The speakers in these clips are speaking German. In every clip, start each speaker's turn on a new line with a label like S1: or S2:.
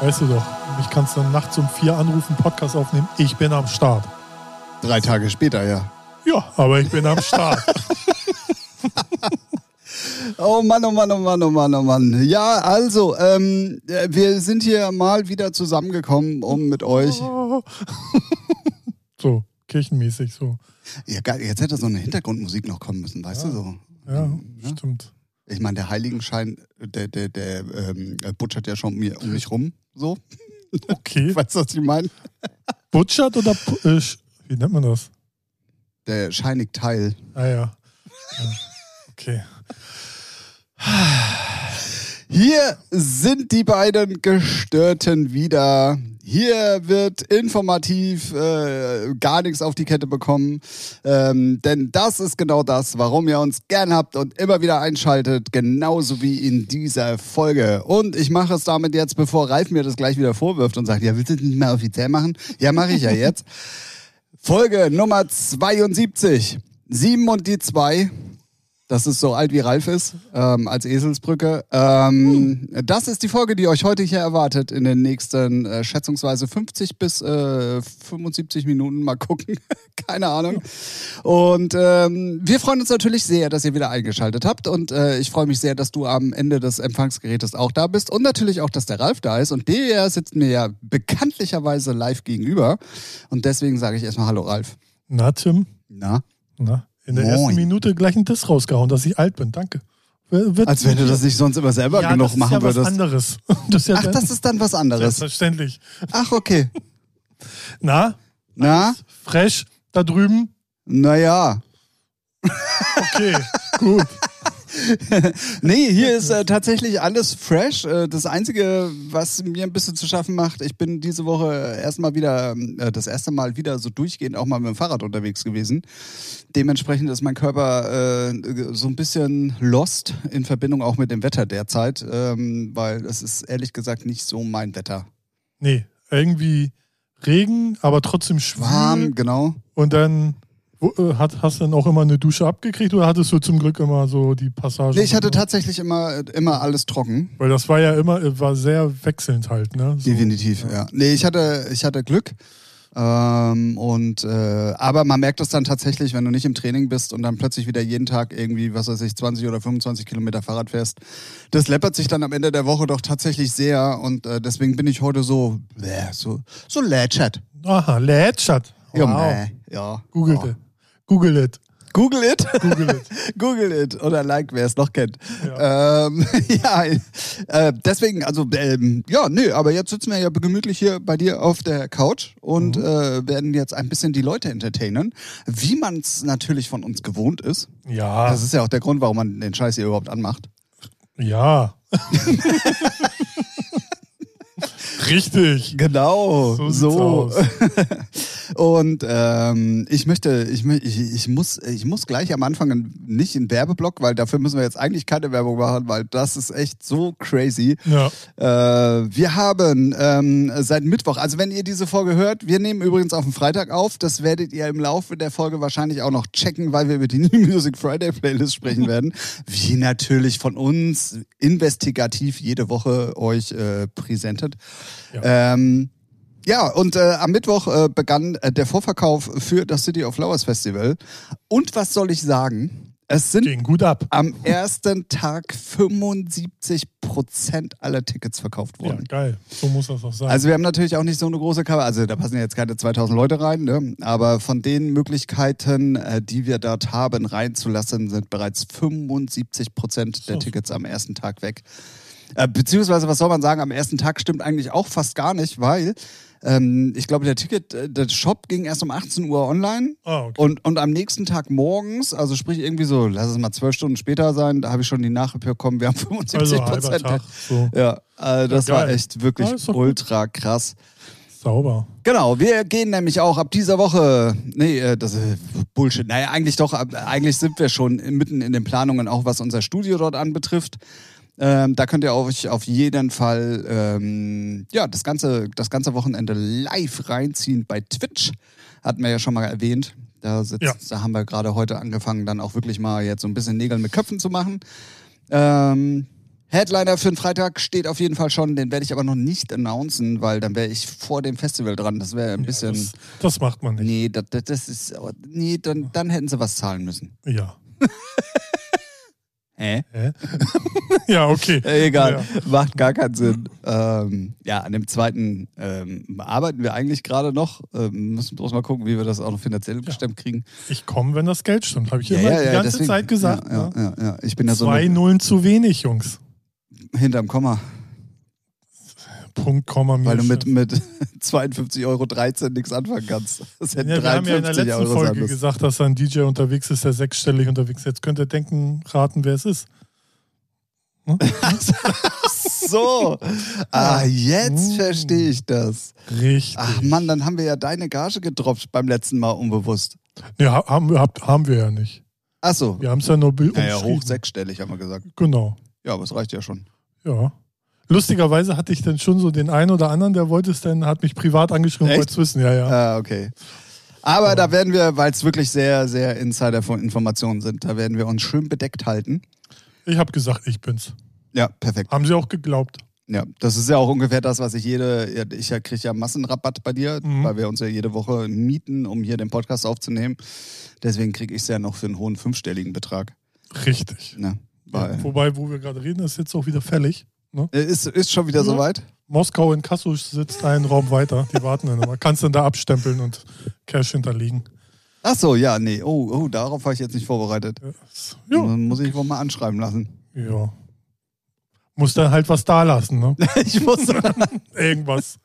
S1: Weißt du doch, mich kannst dann nachts um vier anrufen, Podcast aufnehmen. Ich bin am Start.
S2: Drei Tage später, ja.
S1: Ja, aber ich bin am Start.
S2: Oh Mann, oh Mann, oh Mann, oh Mann, oh Mann. Ja, also, ähm, wir sind hier mal wieder zusammengekommen, um mit euch.
S1: so, kirchenmäßig so.
S2: Ja, geil, jetzt hätte so eine Hintergrundmusik noch kommen müssen, weißt du so. Ähm, ne?
S1: Ja,
S2: Mhm.
S1: stimmt.
S2: Ich meine, der Heiligenschein, der, der, der ähm, butschert ja schon um, mir- um mich rum, so.
S1: Okay.
S2: Weißt du, was ich meine?
S1: Butschert oder. pu- Äh, sch- wie nennt man das?
S2: Der scheinigt Teil.
S1: Ah ja. ja. Okay.
S2: Hier sind die beiden Gestörten wieder. Hier wird informativ äh, gar nichts auf die Kette bekommen. Ähm, denn das ist genau das, warum ihr uns gern habt und immer wieder einschaltet, genauso wie in dieser Folge. Und ich mache es damit jetzt, bevor Ralf mir das gleich wieder vorwirft und sagt, ja, willst du das nicht mehr offiziell machen? Ja, mache ich ja jetzt. Folge Nummer 72. Sieben und die zwei. Das ist so alt wie Ralf ist, ähm, als Eselsbrücke. Ähm, Das ist die Folge, die euch heute hier erwartet. In den nächsten äh, schätzungsweise 50 bis äh, 75 Minuten. Mal gucken. Keine Ahnung. Und ähm, wir freuen uns natürlich sehr, dass ihr wieder eingeschaltet habt. Und äh, ich freue mich sehr, dass du am Ende des Empfangsgerätes auch da bist. Und natürlich auch, dass der Ralf da ist. Und der sitzt mir ja bekanntlicherweise live gegenüber. Und deswegen sage ich erstmal Hallo, Ralf.
S1: Na, Tim.
S2: Na?
S1: Na, in der
S2: Moin.
S1: ersten Minute gleich einen Diss rausgehauen, dass ich alt bin. Danke. Wer- wird-
S2: Als wenn du das nicht sonst immer selber
S1: ja,
S2: genug
S1: das
S2: machen
S1: ist ja Was
S2: würdest.
S1: anderes. Das ist ja
S2: Ach, das ist dann was anderes.
S1: selbstverständlich.
S2: Ach, okay.
S1: Na,
S2: Na?
S1: fresh da drüben.
S2: Naja.
S1: Okay, gut.
S2: Nee, hier ist äh, tatsächlich alles fresh. Äh, das Einzige, was mir ein bisschen zu schaffen macht, ich bin diese Woche erstmal wieder, ähm, äh, das erste Mal wieder so durchgehend auch mal mit dem Fahrrad unterwegs gewesen. Dementsprechend ist mein Körper äh, so ein bisschen lost in Verbindung auch mit dem Wetter derzeit, ähm, weil es ist ehrlich gesagt nicht so mein Wetter.
S1: Nee, irgendwie Regen, aber trotzdem schwül.
S2: Warm, genau.
S1: Und dann wo, äh, hat, hast du dann auch immer eine Dusche abgekriegt oder hattest du zum Glück immer so die Passage?
S2: Nee, ich hatte tatsächlich immer, immer alles trocken.
S1: Weil das war ja immer, äh, war sehr wechselnd halt, ne? So.
S2: Definitiv, ja. Nee, ich hatte, ich hatte Glück. Ähm, und äh, aber man merkt das dann tatsächlich, wenn du nicht im Training bist und dann plötzlich wieder jeden Tag irgendwie, was weiß ich, 20 oder 25 Kilometer Fahrrad fährst. Das läppert sich dann am Ende der Woche doch tatsächlich sehr und äh, deswegen bin ich heute so, bäh, so, so lätschert.
S1: Aha, Lätschert.
S2: Ja,
S1: Wow.
S2: mäh, ja.
S1: Googelte.
S2: ja.
S1: Google it.
S2: Google it.
S1: Google it.
S2: Google it oder like, wer es noch kennt. Ja, ähm, ja äh, deswegen, also, ähm, ja, nö, aber jetzt sitzen wir ja gemütlich hier bei dir auf der Couch und
S1: Mhm.
S2: äh, werden jetzt ein bisschen die Leute entertainen, wie man es natürlich von uns gewohnt ist.
S1: Ja,
S2: Das ist ja auch der Grund, warum man den Scheiß hier überhaupt anmacht.
S1: ja. Richtig.
S2: Genau,
S1: So sieht's aus.
S2: Und ähm, ich möchte, ich, mö- ich, ich, muss, ich muss gleich am Anfang in- nicht in Werbeblock, weil dafür müssen wir jetzt eigentlich keine Werbung machen, weil das ist echt so crazy.
S1: Ja.
S2: Äh, wir haben ähm, seit Mittwoch, also wenn ihr diese Folge hört, wir nehmen übrigens auf den Freitag auf, das werdet ihr im Laufe der Folge wahrscheinlich auch noch checken, weil wir über die New Music Friday Playlist sprechen werden, wie natürlich von uns investigativ jede Woche euch äh, präsentiert. Ähm, ja, und äh, am Mittwoch äh, begann äh, der Vorverkauf für das City of Flowers Festival. Und was soll ich sagen? Es sind
S1: Ging gut ab.
S2: am ersten Tag 75 Prozent aller Tickets verkauft
S1: Ja,
S2: worden.
S1: geil. So muss das auch sein.
S2: Also wir haben natürlich auch nicht so eine große Cover, also da passen ja jetzt keine 2000 Leute rein, ne? aber von den Möglichkeiten, äh, die wir dort haben, reinzulassen, sind bereits 75 Prozent der
S1: So.
S2: Tickets am ersten Tag weg. Äh, Beziehungsweise, was soll man sagen, am ersten Tag stimmt eigentlich auch fast gar nicht, weil ähm, ich glaube, der Ticket, äh, der Shop ging erst um 18 Uhr online
S1: ah, okay.
S2: und, und am nächsten Tag morgens, also sprich irgendwie so, lass es mal zwölf Stunden später sein, da habe ich schon die Nachricht bekommen, wir haben 75
S1: also halber
S2: Prozent.
S1: Tag. So.
S2: Ja, äh, das
S1: Ja,
S2: war
S1: geil.
S2: echt wirklich
S1: Ja, ist doch gut.
S2: ultra krass.
S1: Sauber.
S2: Genau, wir gehen nämlich auch ab dieser Woche, nee, äh, das ist Bullshit. Naja, eigentlich doch, ab- eigentlich sind wir schon mitten in den Planungen, auch was unser Studio dort anbetrifft. Ähm, da könnt ihr euch auf jeden Fall ähm, ja, das, ganze, das ganze Wochenende live reinziehen bei Twitch. Hatten wir ja schon mal erwähnt. Da, sitzt,
S1: Ja.
S2: da haben wir gerade heute angefangen, dann auch wirklich mal jetzt so ein bisschen Nägel mit Köpfen zu machen. Ähm, Headliner für den Freitag steht auf jeden Fall schon. Den werde ich aber noch nicht announcen, weil dann wäre ich vor dem Festival dran. Das wäre ein bisschen.
S1: Das, das macht man nicht.
S2: nee, das, das- das ist. oh, Nee, dann, dann hätten sie was zahlen müssen.
S1: Ja.
S2: Hä?
S1: Hä? ja, okay.
S2: Äh, Egal, macht gar keinen Sinn. Ähm, ja, an dem zweiten ähm, arbeiten wir eigentlich gerade noch. Ähm, müssen bloß mal gucken, wie wir das auch noch finanziell gestemmt kriegen.
S1: Ich komme, wenn das Geld stimmt. Habe ich immer die ganze
S2: deswegen-
S1: Zeit gesagt.
S2: Ja,
S1: ne?
S2: ja, ja, ja. Ich bin da so
S1: Zwei
S2: mit,
S1: Nullen zu wenig, Jungs.
S2: hinterm Komma,
S1: Punkt, Komma,
S2: weil du
S1: Minus.
S2: mit, mit 52,13 Euro nichts anfangen kannst. Das hätten
S1: Ja, wir haben ja in der
S2: 53
S1: letzten
S2: Euro sein
S1: Folge
S2: müssen.
S1: gesagt, dass da ein DJ unterwegs ist, der sechsstellig unterwegs ist. Jetzt könnt ihr denken, raten, wer es ist.
S2: So, ah, jetzt
S1: Mm.
S2: verstehe ich das.
S1: Richtig.
S2: Ach Mann, dann haben wir ja deine Gage gedroppt beim letzten Mal unbewusst.
S1: Nee, ha- haben, wir- hab, haben wir ja nicht.
S2: Ach so,
S1: Wir haben es ja nur be-
S2: naja,
S1: umschrieben.
S2: hoch sechsstellig haben wir gesagt.
S1: Genau,
S2: Ja, aber es reicht ja schon.
S1: ja. Lustigerweise hatte ich dann schon so den einen oder anderen, der wollte es dann, hat mich privat angeschrieben,
S2: Echt?
S1: wollte es wissen. Ja, ja.
S2: Ah, okay. Aber da werden wir, weil es wirklich sehr, sehr Insider-Informationen sind, da werden wir uns schön bedeckt halten.
S1: Ich habe gesagt, ich bin's.
S2: Ja, perfekt.
S1: Haben sie auch geglaubt.
S2: Ja, das ist ja auch ungefähr das, was ich jede, ich kriege ja Massenrabatt bei dir,
S1: Mhm.
S2: weil wir uns ja jede Woche mieten, um hier den Podcast aufzunehmen. Deswegen kriege ich es ja noch für einen hohen fünfstelligen Betrag.
S1: Richtig.
S2: Ne? Weil,
S1: Wobei, wo wir gerade reden, ist jetzt auch wieder fällig. Ne?
S2: Äh, ist, ist schon wieder
S1: Ja.
S2: soweit?
S1: Moskau in Kassel sitzt einen Raum weiter. Die warten dann immer. Kannst dann da abstempeln und Cash hinterlegen.
S2: Ach so, ja, nee. Oh, oh, darauf war ich jetzt nicht vorbereitet.
S1: Ja, ist- Ja.
S2: Dann muss ich wohl mal anschreiben lassen.
S1: ja. Muss dann halt was da lassen, ne?
S2: ich muss.
S1: Irgendwas.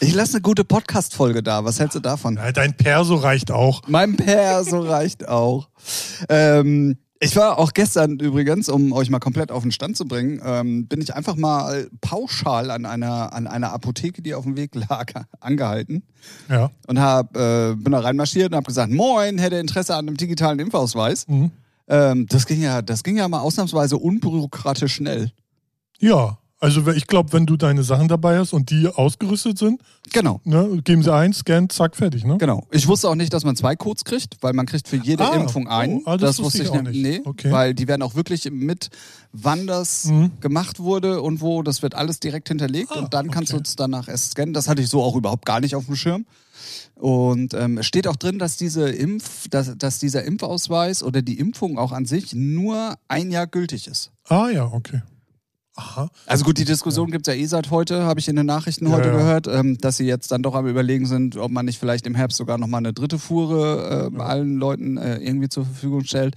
S2: ich lasse eine gute Podcast-Folge da. Was hältst du davon?
S1: Ja, dein Perso reicht auch.
S2: Mein Perso reicht auch. Ähm, ich war auch gestern übrigens, um euch mal komplett auf den Stand zu bringen, ähm, bin ich einfach mal pauschal an einer, an einer Apotheke, die auf dem Weg lag, angehalten
S1: Ja.
S2: und hab, äh, bin da reinmarschiert und habe gesagt, moin, hätte Interesse an einem digitalen Impfausweis.
S1: Mhm.
S2: Ähm, das, ging ja, das ging ja mal ausnahmsweise unbürokratisch schnell.
S1: Ja. Also ich glaube, wenn du deine Sachen dabei hast und die ausgerüstet sind,
S2: Genau,
S1: ne, geben sie ein, scan, zack, fertig, ne?
S2: genau. Ich wusste auch nicht, dass man zwei Codes kriegt, weil man kriegt für jede
S1: Ah,
S2: Impfung einen.
S1: oh, ah, das wusste ich auch
S2: ne-
S1: nicht.
S2: Nee,
S1: Okay.
S2: weil die werden auch wirklich mit, wann das
S1: Mhm.
S2: gemacht wurde und wo. Das wird alles direkt hinterlegt
S1: Ah,
S2: und dann kannst du
S1: okay.
S2: es danach erst scannen. Das hatte ich so auch überhaupt gar nicht auf dem Schirm. Und ähm, es steht auch drin, dass, diese Impf, dass, dass dieser Impfausweis oder die Impfung auch an sich nur ein Jahr gültig ist.
S1: Ah ja, okay. Aha.
S2: Also gut, die Diskussion gibt's ja eh seit heute, habe ich in den Nachrichten
S1: Ja,
S2: heute
S1: ja.
S2: gehört, ähm, dass sie jetzt dann doch am überlegen sind, ob man nicht vielleicht im Herbst sogar nochmal eine dritte Fuhre äh, allen Leuten äh, irgendwie zur Verfügung stellt.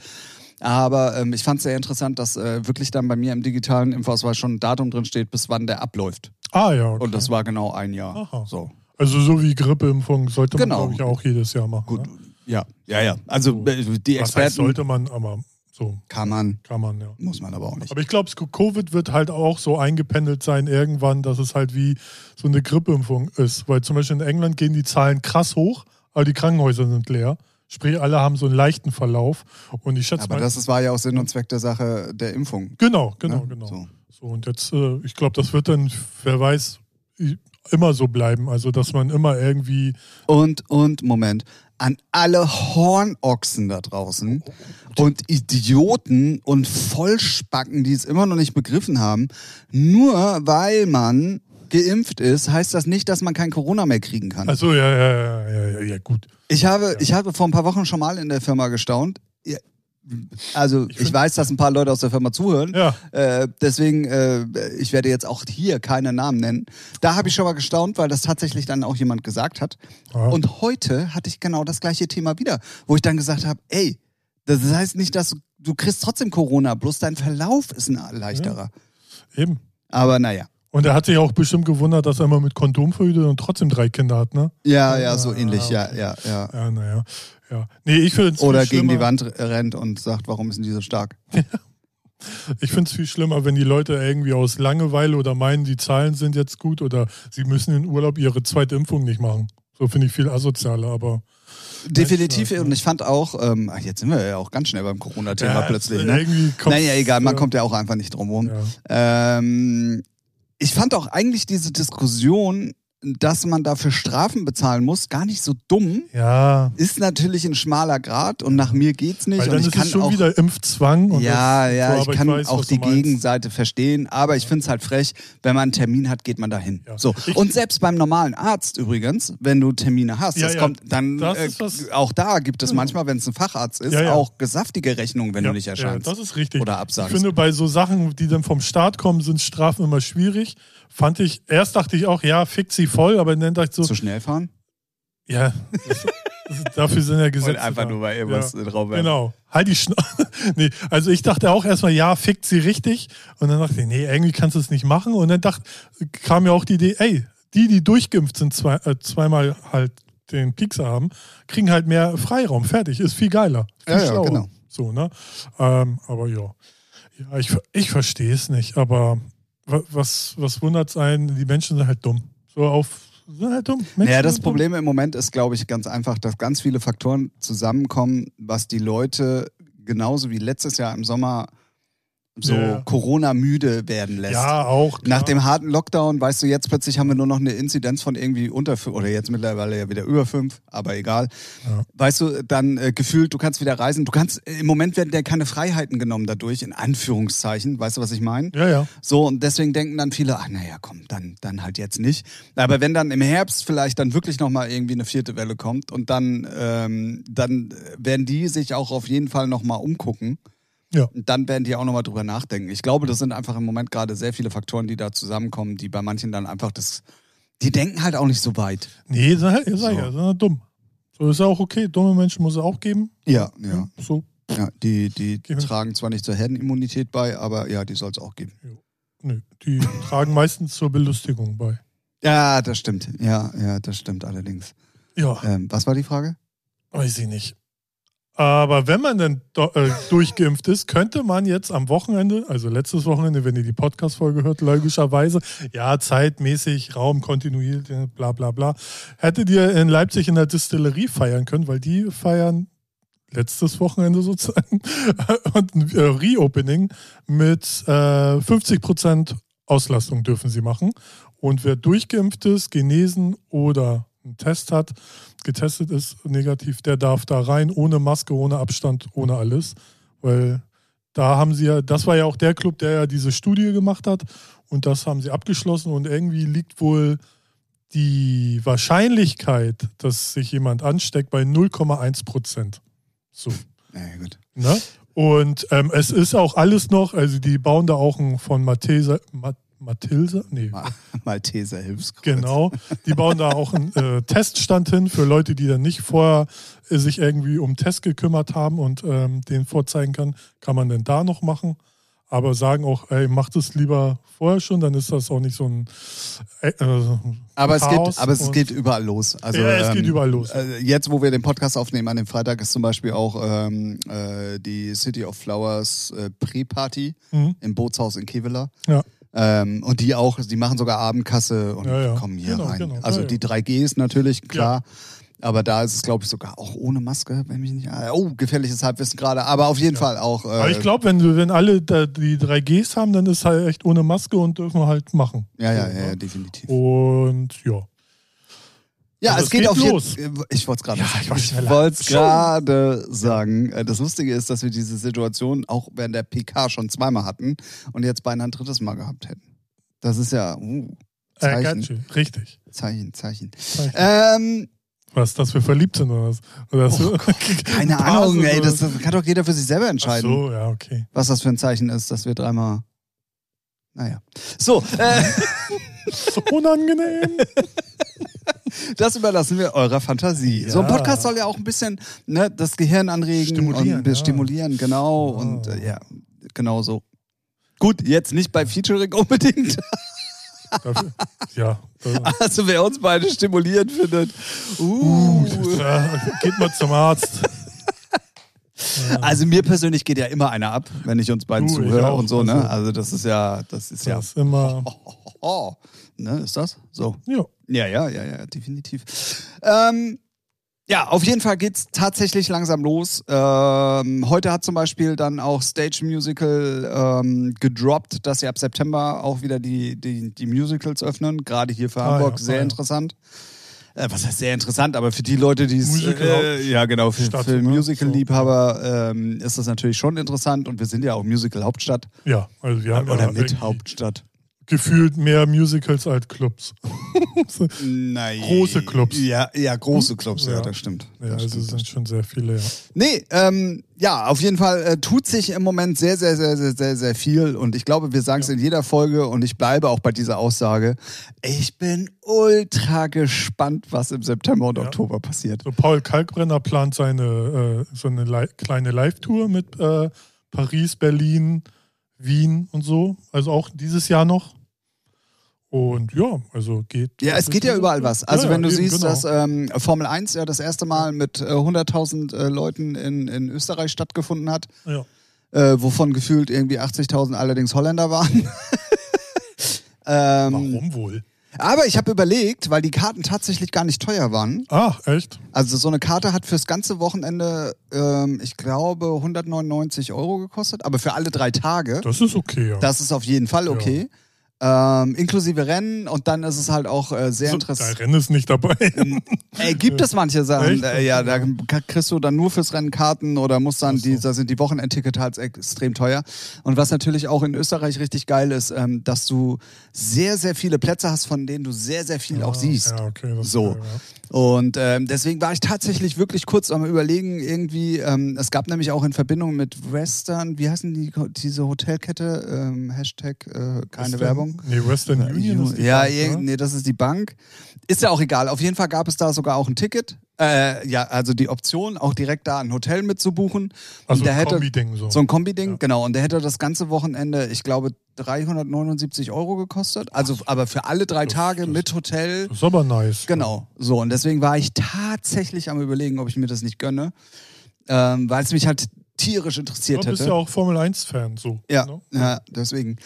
S2: Aber ähm, ich fand's sehr interessant, dass äh, wirklich dann bei mir im digitalen Impfausweis schon ein Datum drin steht, bis wann der abläuft.
S1: Ah ja, okay.
S2: Und das war genau ein Jahr.
S1: Aha.
S2: So.
S1: also so wie Grippeimpfung sollte
S2: Genau.
S1: man, glaube ich, auch jedes Jahr machen.
S2: Gut.
S1: Ne?
S2: Ja, ja, ja. Also äh, die
S1: Was heißt,
S2: Experten
S1: sollte man, aber so
S2: kann man,
S1: kann man, ja.
S2: muss man aber auch nicht.
S1: Aber ich glaube, Covid wird halt auch so eingependelt sein irgendwann, dass es halt wie so eine Grippeimpfung ist. Weil zum Beispiel in England gehen die Zahlen krass hoch, aber die Krankenhäuser sind leer. Sprich, alle haben so einen leichten Verlauf. Und ich schätze
S2: Aber
S1: mal.
S2: das ist- war ja auch Sinn und Zweck der Sache der Impfung.
S1: genau, genau,
S2: ne?
S1: genau. So.
S2: So.
S1: und jetzt, äh, ich glaube, das wird dann, wer weiß, i- immer so bleiben. Also, dass man immer irgendwie.
S2: Und, und, Moment, an alle Hornochsen da draußen und Idioten und Vollspacken, die es immer noch nicht begriffen haben, nur weil man geimpft ist, heißt das nicht, dass man kein Corona mehr kriegen kann.
S1: Also, ja, ja, ja, ja, ja, ja gut.
S2: ich, habe, ich habe vor ein paar Wochen schon mal in der Firma gestaunt. Ja, Also ich,
S1: find-
S2: weiß, dass ein paar Leute aus der Firma zuhören.
S1: Ja.
S2: Äh, deswegen, äh, ich werde jetzt auch hier keine Namen nennen. Da habe ich schon mal gestaunt, weil das tatsächlich dann auch jemand gesagt hat.
S1: Ja.
S2: Und heute hatte ich genau das gleiche Thema wieder, wo ich dann gesagt habe, ey, das heißt nicht, dass du, du kriegst trotzdem Corona, bloß dein Verlauf ist ein leichterer.
S1: Eben.
S2: Aber naja.
S1: Und er hat sich auch bestimmt gewundert, dass er immer mit Kondom verhütet und trotzdem drei Kinder hat, ne?
S2: Ja, ja, so
S1: Ah,
S2: ähnlich, ja,
S1: okay.
S2: ja, ja.
S1: Ja, naja. Ja. Nee, ich finde es
S2: Oder gegen die Wand rennt und sagt, warum ist denn die so stark?
S1: Ich finde es viel schlimmer, wenn die Leute irgendwie aus Langeweile oder meinen, die Zahlen sind jetzt gut oder sie müssen in Urlaub ihre zweite Impfung nicht machen. So finde ich viel asozialer, aber.
S2: Definitiv,
S1: Mensch,
S2: und ich fand auch, ähm, ach, jetzt sind wir ja auch ganz schnell beim Corona-Thema
S1: Ja,
S2: plötzlich, ne?
S1: äh, Irgendwie kommt,
S2: Naja, egal, man
S1: äh,
S2: kommt ja auch einfach nicht drum rum.
S1: Ja.
S2: Ähm, ich fand auch eigentlich diese Diskussion dass man dafür Strafen bezahlen muss, gar nicht so dumm.
S1: Ja.
S2: Ist natürlich ein schmaler Grad und nach mir geht's nicht.
S1: Weil
S2: und
S1: dann
S2: ich
S1: ist
S2: kann
S1: es schon
S2: auch,
S1: wieder Impfzwang. Und
S2: ja,
S1: das,
S2: ja,
S1: so,
S2: ich
S1: aber
S2: kann
S1: weiß,
S2: auch
S1: was
S2: die
S1: du meinst.
S2: Gegenseite verstehen, aber ich finde es halt frech, wenn man einen Termin hat, geht man dahin.
S1: Ja.
S2: So.
S1: Ich-
S2: Und selbst beim normalen Arzt übrigens, wenn du Termine hast,
S1: Ja,
S2: das
S1: ja,
S2: kommt dann
S1: das
S2: äh,
S1: ist was-
S2: auch da gibt es manchmal, wenn es ein Facharzt ist,
S1: Ja, ja.
S2: auch gesaftige Rechnungen, wenn du nicht erscheinst.
S1: Ja, das ist richtig.
S2: Oder absagst.
S1: Ich finde, bei so Sachen, die dann vom Staat kommen, sind Strafen immer schwierig. Fand ich, erst dachte ich auch, ja, fick sie voll, aber dann dachte ich so,
S2: Zu schnell fahren?
S1: ja, das, das, dafür sind ja Gesetze.
S2: Und einfach
S1: da.
S2: nur mal irgendwas
S1: Ja.
S2: drauf werfen.
S1: Genau. Halt die Schnauze. nee, also ich dachte auch erstmal, ja, fickt sie richtig. Und dann dachte ich, nee, irgendwie kannst du es nicht machen. Und dann dachte, kam mir auch die Idee, ey, die, die durchgeimpft sind, zwei, äh, zweimal halt den Piekser haben, kriegen halt mehr Freiraum. Fertig. Ist viel geiler. Viel
S2: Ja, ja, genau.
S1: So, ne? Ähm, aber ja. ja ich, ver- ich verstehe es nicht, aber wa- was, was wundert es einen? Die Menschen sind halt dumm. So auf. Sind halt dumm. Menschen
S2: Naja, das
S1: sind dumm.
S2: Problem im Moment ist, glaube ich, ganz einfach, dass ganz viele Faktoren zusammenkommen, was die Leute genauso wie letztes Jahr im Sommer so
S1: Ja.
S2: Corona-müde werden lässt.
S1: Ja, auch.
S2: Nach
S1: klar.
S2: dem harten Lockdown, weißt du, jetzt plötzlich haben wir nur noch eine Inzidenz von irgendwie unter fünf, oder jetzt mittlerweile ja wieder über fünf, aber egal.
S1: Ja.
S2: Weißt du, dann äh, gefühlt, du kannst wieder reisen. Du kannst, äh, im Moment werden dir keine Freiheiten genommen dadurch, in Anführungszeichen. Weißt du, was ich meine?
S1: Ja, ja.
S2: So, und deswegen denken dann viele, ach naja, komm, dann, dann halt jetzt nicht. Aber wenn dann im Herbst vielleicht dann wirklich nochmal irgendwie eine vierte Welle kommt und dann, ähm, dann werden die sich auch auf jeden Fall nochmal umgucken.
S1: Ja.
S2: Und dann werden die auch nochmal drüber nachdenken. Ich glaube, das sind einfach im Moment gerade sehr viele Faktoren, die da zusammenkommen, die bei manchen dann einfach das. Die denken halt auch nicht so weit.
S1: Nee, sei, sei so. ja,
S2: So.
S1: sei halt dumm. So ist ja auch okay. Dumme Menschen muss es auch geben.
S2: Ja, ja.
S1: So.
S2: ja die die
S1: Gehen wir-
S2: tragen zwar nicht zur Herdenimmunität bei, aber ja, die soll es auch geben.
S1: Nö. Die tragen meistens zur Belustigung bei.
S2: Ja, das stimmt. Ja, ja, das stimmt allerdings.
S1: Ja,
S2: Ähm, was war die Frage?
S1: weiß ich nicht. Aber wenn man dann do, äh, durchgeimpft ist, könnte man jetzt am Wochenende, also letztes Wochenende, wenn ihr die Podcast-Folge hört, logischerweise, ja, zeitmäßig, Raum, kontinuierlich, äh, bla bla bla, hättet ihr in Leipzig in der Distillerie feiern können, weil die feiern letztes Wochenende sozusagen und ein äh, Reopening mit äh, 50% Auslastung dürfen sie machen. Und wer durchgeimpft ist, genesen oder einen Test hat, getestet ist negativ, der darf da rein, ohne Maske, ohne Abstand, ohne alles. Weil da haben sie ja, das war ja auch der Club, der ja diese Studie gemacht hat und das haben sie abgeschlossen und irgendwie liegt wohl die Wahrscheinlichkeit, dass sich jemand ansteckt, bei 0,1 Prozent. So.
S2: Ja, gut.
S1: Ne? Und ähm, es ist auch alles noch, also die bauen da auch ein von Mathilse, Mat Mathilse? Nee,
S2: Ma- Malteser Hilfskreuz.
S1: Genau. Die bauen da auch einen äh, Teststand hin für Leute, die dann nicht vorher äh, sich irgendwie um Test gekümmert haben und ähm, den vorzeigen kann, kann man denn da noch machen. Aber sagen auch, ey, macht es lieber vorher schon, dann ist das auch nicht so ein äh, äh,
S2: Aber es,
S1: Chaos
S2: geht, aber es
S1: und-
S2: geht überall los. Also,
S1: Ja, es geht
S2: ähm,
S1: überall los.
S2: äh, Jetzt, wo wir den Podcast aufnehmen, an dem Freitag ist zum Beispiel auch ähm, äh, die City of Flowers äh, Pre-Party
S1: Mhm.
S2: im Bootshaus in Kevela.
S1: Ja.
S2: Ähm, und die auch, die machen sogar Abendkasse und
S1: Ja, ja.
S2: kommen hier
S1: Genau,
S2: rein.
S1: genau.
S2: Also
S1: Ja, ja.
S2: die 3Gs natürlich, klar. Aber da ist es, glaube ich, sogar auch ohne Maske, wenn mich nicht. Oh, gefährliches Halbwissen gerade. Aber auf jeden Fall auch. Äh,
S1: Aber ich glaube, wenn, du- wenn alle da die 3Gs haben, dann ist halt echt ohne Maske und dürfen halt machen.
S2: ja, ja, ja, ja,
S1: Oh,
S2: definitiv.
S1: Und ja.
S2: Ja,
S1: Also
S2: es
S1: es
S2: geht,
S1: geht
S2: auf
S1: los.
S2: jeden Ich wollte es gerade
S1: Ja,
S2: sagen.
S1: ich war
S2: Ich
S1: schneller.
S2: wollt's
S1: Schon.
S2: gerade sagen. Äh, Das Lustige ist, dass wir diese Situation auch während der PK schon zweimal hatten und jetzt beinahe ein drittes Mal gehabt hätten. Das ist ja uh,
S1: Äh,
S2: Zeichen,
S1: ganz schön. Richtig.
S2: Zeichen, Zeichen.
S1: Zeichen.
S2: Ähm,
S1: Was, dass wir verliebt sind oder was? Oder dass wir-
S2: Oh keine
S1: Phasen
S2: Ahnung, ey,
S1: oder-
S2: das, das kann doch jeder für sich selber
S1: Ach
S2: entscheiden,
S1: so, ja, okay.
S2: was das für ein Zeichen ist, dass wir dreimal. Naja. So, äh,
S1: Unangenehm.
S2: das überlassen wir eurer Fantasie. So ein
S1: Ja.
S2: Podcast soll ja auch ein bisschen ne, das Gehirn anregen
S1: Stimulieren,
S2: und
S1: ja.
S2: stimulieren, genau.
S1: Ja.
S2: Und äh, ja, genau so. Gut, jetzt nicht bei Featuring unbedingt.
S1: Dafür, ja. Da,
S2: Also wer uns beide stimulierend findet. Uh.
S1: da, geht mal zum Arzt.
S2: Also mir persönlich geht ja immer einer ab, wenn ich uns beiden
S1: Du, ich
S2: zuhöre
S1: auch.
S2: und so. Ne?
S1: Also-
S2: Also das ist ja, das ist ja.
S1: Das ist immer.
S2: Oh, oh, oh. Ne, ist das? So.
S1: Ja.
S2: Ja, ja, ja, ja, definitiv. Ähm, Ja, auf jeden Fall geht's tatsächlich langsam los. Ähm, heute hat zum Beispiel dann auch Stage Musical ähm, gedroppt, dass sie ab September auch wieder die, die, die Musicals öffnen. Gerade hier für
S1: Ah,
S2: Hamburg
S1: ja,
S2: sehr
S1: ah, ja.
S2: interessant. Äh, was heißt sehr interessant, aber für die Leute, die es
S1: Musical
S2: äh, ja genau für,
S1: Stadt,
S2: für
S1: ne?
S2: Musical-Liebhaber ähm, ist das natürlich schon interessant und wir sind ja auch Musical-Hauptstadt
S1: Ja, also wir haben ja
S2: oder mit
S1: irgendwie
S2: Hauptstadt.
S1: gefühlt mehr Musicals als Clubs.
S2: Nein.
S1: Große Clubs. Hm?
S2: Ja, ja große Clubs. Ja,
S1: Ja.
S2: das stimmt.
S1: Ja,
S2: das
S1: also
S2: stimmt.
S1: es sind schon sehr viele, ja.
S2: Nee, ähm, ja, auf jeden Fall äh, tut sich im Moment sehr, sehr, sehr, sehr, sehr, sehr viel. Und ich glaube, wir sagen es in jeder Folge und ich bleibe auch bei dieser Aussage. Ich bin ultra gespannt, was im September und
S1: Ja.
S2: Oktober passiert.
S1: So, Paul Kalkbrenner plant seine äh, so eine Li kleine Live-Tour mit äh, Paris, Berlin, Wien und so. Also auch dieses Jahr noch. Und ja, also geht.
S2: Ja, es geht ja überall was. Also
S1: Ja, ja,
S2: wenn du
S1: eben,
S2: siehst,
S1: genau.
S2: dass ähm, Formel 1 ja das erste Mal mit äh, 100.000 äh, Leuten in, in Österreich stattgefunden hat,
S1: Ja.
S2: äh, wovon gefühlt irgendwie 80.000 allerdings Holländer waren. ähm,
S1: Warum wohl?
S2: Aber ich habe überlegt, weil die Karten tatsächlich gar nicht teuer waren.
S1: Ach, Ah, echt?
S2: Also so eine Karte hat fürs ganze Wochenende, ähm, ich glaube, 199 Euro gekostet, aber für alle drei Tage.
S1: Das ist okay, ja.
S2: Das ist auf jeden Fall okay. Ähm, inklusive Rennen und dann ist es halt auch äh,
S1: so,
S2: sehr
S1: da
S2: interessant. Ähm,
S1: Rennen ist nicht dabei.
S2: Ey, gibt es manche
S1: Echt?
S2: Sachen, äh, ja, da k- kriegst du dann nur fürs Rennen Karten oder musst dann,
S1: Ach so.
S2: die, da sind die Wochenendtickets halt extrem teuer. Und was natürlich auch in Österreich richtig geil ist, ähm, dass du sehr, sehr viele Plätze hast, von denen du sehr, sehr viel auch siehst.
S1: Ja, okay, das ist
S2: So.
S1: geil, ja.
S2: Und ähm, deswegen war ich tatsächlich wirklich kurz am Überlegen, irgendwie, ähm, es gab nämlich auch in Verbindung mit Western, wie heißen die, diese Hotelkette? Ähm, Hashtag äh, keine
S1: Western-
S2: Werbung.
S1: Nee, Western Union ist die
S2: ja,
S1: Bank,
S2: irg-
S1: ne?
S2: nee, das ist die Bank. Ist ja auch egal. Auf jeden Fall gab es da sogar auch ein Ticket. Äh, ja, also die Option, auch direkt da ein Hotel mitzubuchen.
S1: Also
S2: und der
S1: ein
S2: hätte,
S1: Kombi-Ding so.
S2: so ein Kombi-Ding,
S1: Ja.
S2: genau. Und der hätte das ganze Wochenende, ich glaube, 379 Euro gekostet. Also, aber für alle drei
S1: Das-
S2: Tage
S1: das-
S2: mit Hotel.
S1: das ist aber nice.
S2: Genau, so. Und deswegen war ich tatsächlich am Überlegen, ob ich mir das nicht gönne, ähm, weil es mich halt tierisch
S1: Du
S2: interessiert
S1: bist ja
S2: hätte.
S1: auch Formel-1-Fan, so.
S2: Ja,
S1: ne?
S2: ja, deswegen.